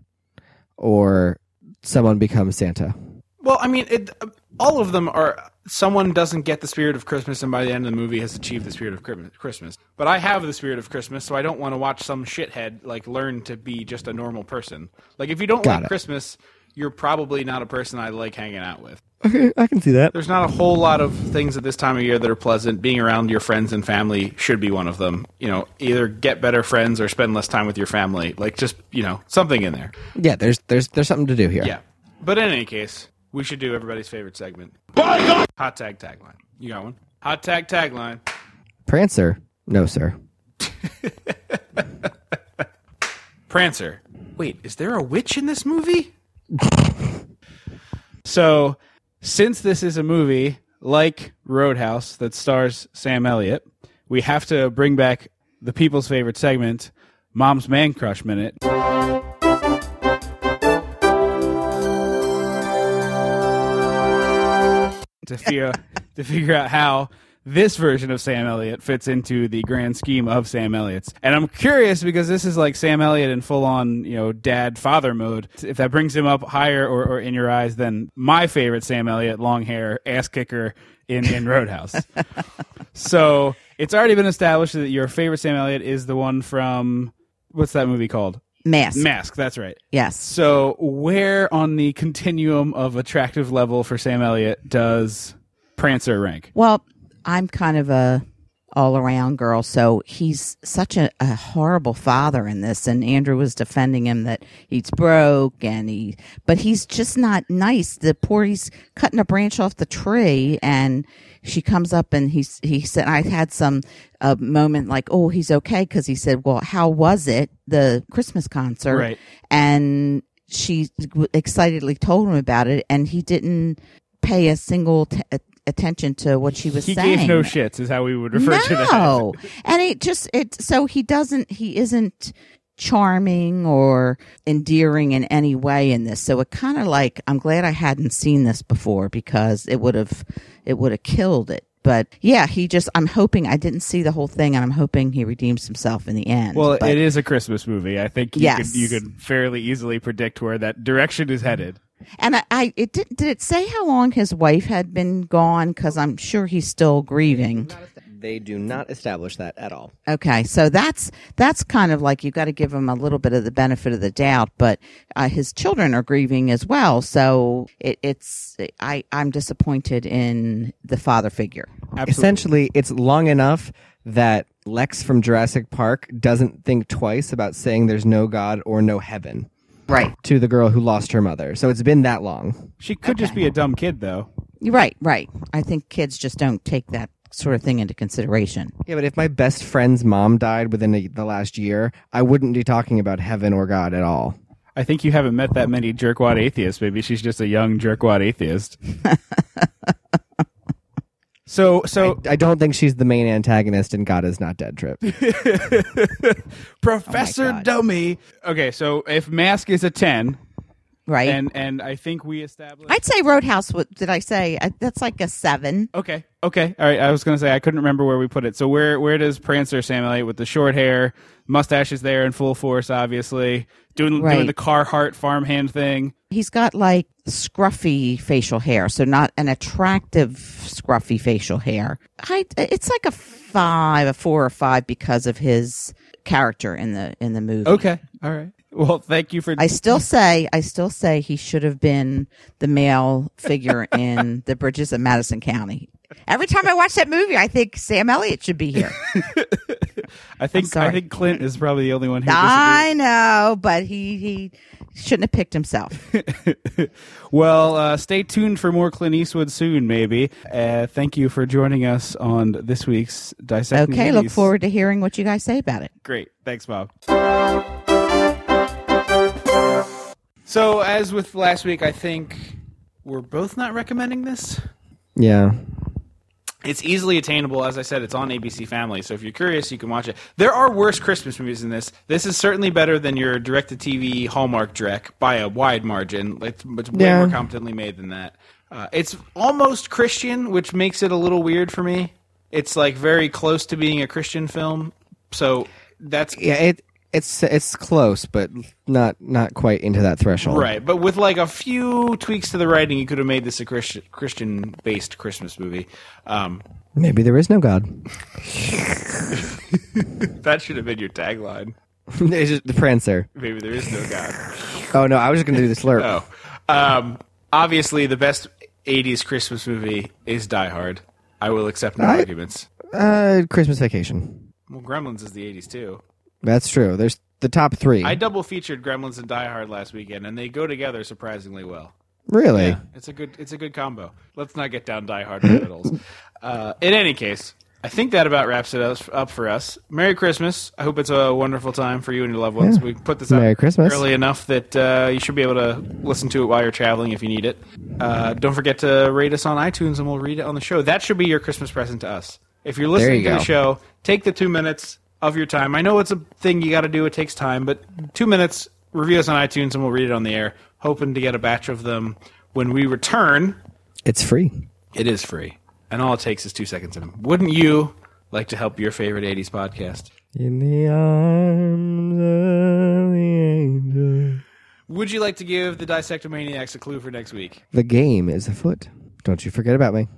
Speaker 3: or someone becomes Santa.
Speaker 2: Well, I mean, it, all of them are. Someone doesn't get the spirit of Christmas, and by the end of the movie, has achieved the spirit of Chri- Christmas. But I have the spirit of Christmas, so I don't want to watch some shithead like learn to be just a normal person. Like, if you don't
Speaker 3: Got
Speaker 2: like
Speaker 3: it.
Speaker 2: Christmas, you're probably not a person I like hanging out with.
Speaker 3: Okay, I can see that.
Speaker 2: There's not a whole lot of things at this time of year that are pleasant. Being around your friends and family should be one of them. You know, either get better friends or spend less time with your family. Like, just you know, something in there.
Speaker 3: Yeah, there's there's there's something to do here.
Speaker 2: Yeah. But in any case, we should do everybody's favorite segment. Hot tag tagline. You got one? Hot tag tagline.
Speaker 3: Prancer, no sir.
Speaker 2: Prancer. Wait, is there a witch in this movie? so, since this is a movie like Roadhouse that stars Sam Elliott, we have to bring back the people's favorite segment, Mom's Man Crush Minute. to figure to figure out how this version of Sam Elliott fits into the grand scheme of Sam Elliott's. And I'm curious because this is like Sam Elliott in full on, you know, dad father mode. If that brings him up higher or, or in your eyes than my favorite Sam Elliott, long hair, ass kicker in, in Roadhouse. so it's already been established that your favorite Sam Elliott is the one from what's that movie called?
Speaker 8: Mask.
Speaker 2: Mask, that's right.
Speaker 8: yes.
Speaker 2: So, where on the continuum of attractive level for Sam Elliott does Prancer rank?
Speaker 8: Well, I'm kind of a all around girl, so he's such a, a horrible father in this. And Andrew was defending him that he's broke and he, but he's just not nice. The poor, he's cutting a branch off the tree, and she comes up and he's he said, I had some uh, moment like, oh, he's okay because he said, well, how was it the Christmas concert?
Speaker 2: Right.
Speaker 8: and she w- excitedly told him about it, and he didn't pay a single t- a- attention to what she was
Speaker 2: He
Speaker 8: saying.
Speaker 2: gave no shits, is how we would refer to that.
Speaker 8: No, and it just it so he doesn't he isn't charming or endearing in any way in this. So it kind of like I'm glad I hadn't seen this before because it would have it would have killed it. But yeah, he just I'm hoping I didn't see the whole thing, and I'm hoping he redeems himself in the end.
Speaker 2: Well,
Speaker 8: but,
Speaker 2: it is a Christmas movie. I think you,
Speaker 8: Yes.
Speaker 2: could, you could fairly easily predict where that direction is headed.
Speaker 8: And I, I it did. Did it say how long his wife had been gone? Because I'm sure he's still grieving.
Speaker 9: They do not establish that at all.
Speaker 8: Okay, so that's that's kind of like you got to give him a little bit of the benefit of the doubt, but uh, his children are grieving as well. So it, it's I I'm disappointed in the father figure.
Speaker 3: Essentially, it's long enough that Lex from Jurassic Park doesn't think twice about saying there's no God or no heaven
Speaker 8: Right.
Speaker 3: to the girl who lost her mother. So it's been that long.
Speaker 2: She could just be a dumb kid, though.
Speaker 8: Right. Right. I think kids just don't take that sort of thing into consideration.
Speaker 3: Yeah, but if my best friend's mom died within the the last year, I wouldn't be talking about heaven or God at all.
Speaker 2: I think you haven't met that many jerkwad atheists. Maybe she's just a young jerkwad atheist. so,
Speaker 8: oh
Speaker 2: so
Speaker 3: I don't think she's the main antagonist in God is Not Dead Trip.
Speaker 2: Professor Dummy. Okay, so if Mask is a ten,
Speaker 8: Right.
Speaker 2: and and I think we established.
Speaker 8: I'd say Roadhouse. wa- Did I say I, that's like a seven?
Speaker 2: okay, okay, all right. I was gonna say I couldn't remember where we put it. So where where does Prancer Sam Elliott with the short hair, mustache is there in full force, obviously doing doing
Speaker 8: Right.
Speaker 2: the Carhartt farmhand thing.
Speaker 8: He's got like scruffy facial hair, so not an attractive scruffy facial hair. I, it's like a five, a four or five because of his character in the in the movie.
Speaker 2: Okay, all right. Well, thank you for.
Speaker 8: I still say, I still say he should have been the male figure in the Bridges of Madison County. Every time I watch that movie, I think Sam Elliott should be here.
Speaker 2: I think
Speaker 8: sorry.
Speaker 2: I think Clint is probably the only one who. disagrees.
Speaker 8: I know, but he he shouldn't have picked himself.
Speaker 2: Well, uh, stay tuned for more Clint Eastwood soon, maybe. Uh, thank you for joining us on this week's Dissecting.
Speaker 8: Okay, look
Speaker 2: Movies.
Speaker 8: forward to hearing what you guys say about it.
Speaker 2: Great. Thanks, Bob. So, as with last week, I think we're both not recommending this.
Speaker 3: yeah.
Speaker 2: It's easily attainable. As I said, it's on ABC Family. So if you're curious, you can watch it. There are worse Christmas movies than this. This is certainly better than your direct to TV Hallmark Drek by a wide margin. It's, it's way
Speaker 3: Yeah.
Speaker 2: more competently made than that. Uh, it's almost Christian, which makes it a little weird for me. It's like very close to being a Christian film. So that's
Speaker 3: Yeah, it it's it's close, but not not quite into that threshold.
Speaker 2: Right, but with like a few tweaks to the writing, you could have made this a Christian Christian based Christmas movie. Um,
Speaker 3: Maybe there is no God.
Speaker 2: that should have been your tagline.
Speaker 3: it's just the prancer.
Speaker 2: Maybe there is no God.
Speaker 3: Oh no, I was just gonna do the slurp.
Speaker 2: Oh, um, obviously the best '80s Christmas movie is Die Hard. I will accept no arguments.
Speaker 3: Uh, Christmas Vacation.
Speaker 2: Well, Gremlins is the '80s too.
Speaker 3: That's true. There's the top three.
Speaker 2: I double featured Gremlins and Die Hard last weekend, and they go together surprisingly well.
Speaker 3: really?
Speaker 2: It's a good it's a good combo. Let's not get down Die Hard rabbit holes. Uh, in any case, I think that about wraps it up, up for us. Merry Christmas. I hope it's a wonderful time for you and your loved ones.
Speaker 3: Yeah.
Speaker 2: We put this out
Speaker 3: Merry Christmas.
Speaker 2: early enough that uh, you should be able to listen to it while you're traveling if you need it. Uh, don't forget to rate us on iTunes and we'll read it on the show. That should be your Christmas present to us. If you're listening
Speaker 3: you
Speaker 2: to the
Speaker 3: go.
Speaker 2: show, take the two minutes of your time. I know it's a thing you got to do. It takes time, but two minutes. Review us on iTunes, and we'll read it on the air. Hoping to get a batch of them when we return.
Speaker 3: It's free.
Speaker 2: It is free, and all it takes is two seconds. And wouldn't you like to help your favorite '80s podcast?
Speaker 3: In the arms of the angel.
Speaker 2: Would you like to give the Dissectomaniacs a clue for next week?
Speaker 3: The game is afoot. Don't you forget about me.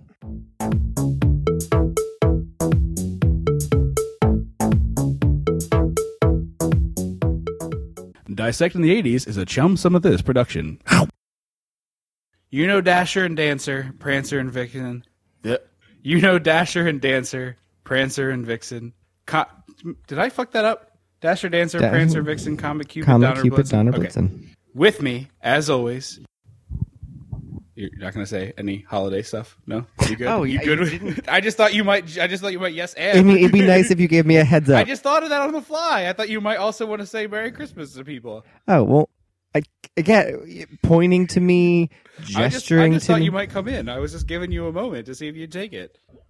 Speaker 2: Dissecting the 80s is a chum sum of this production. You know Dasher and Dancer, Prancer and Vixen. You know Dasher and Dancer, Prancer and Vixen. Co- Did I fuck that up? Dasher, Dancer,
Speaker 3: Da-
Speaker 2: Prancer, Vixen, Comet, Cupid,
Speaker 3: Comet
Speaker 2: Donner,
Speaker 3: Cupid
Speaker 2: Blitzen.
Speaker 3: Donner
Speaker 2: Okay.
Speaker 3: Blitzen.
Speaker 2: With me, as always. You're not gonna say any holiday stuff, no? You good?
Speaker 3: Oh,
Speaker 2: you
Speaker 3: yeah,
Speaker 2: good?
Speaker 3: you
Speaker 2: with- I just thought you might. I just thought you might. Yes, and
Speaker 3: I mean, it'd be nice if you gave me a heads
Speaker 2: I
Speaker 3: up.
Speaker 2: just thought of that on the fly. I thought you might also want to say Merry Christmas to people.
Speaker 3: Oh well, I, again, pointing to me,
Speaker 2: I just, I
Speaker 3: gesturing
Speaker 2: just
Speaker 3: to
Speaker 2: thought
Speaker 3: me.
Speaker 2: you might come in. I was just giving you a moment to see if you'd take it.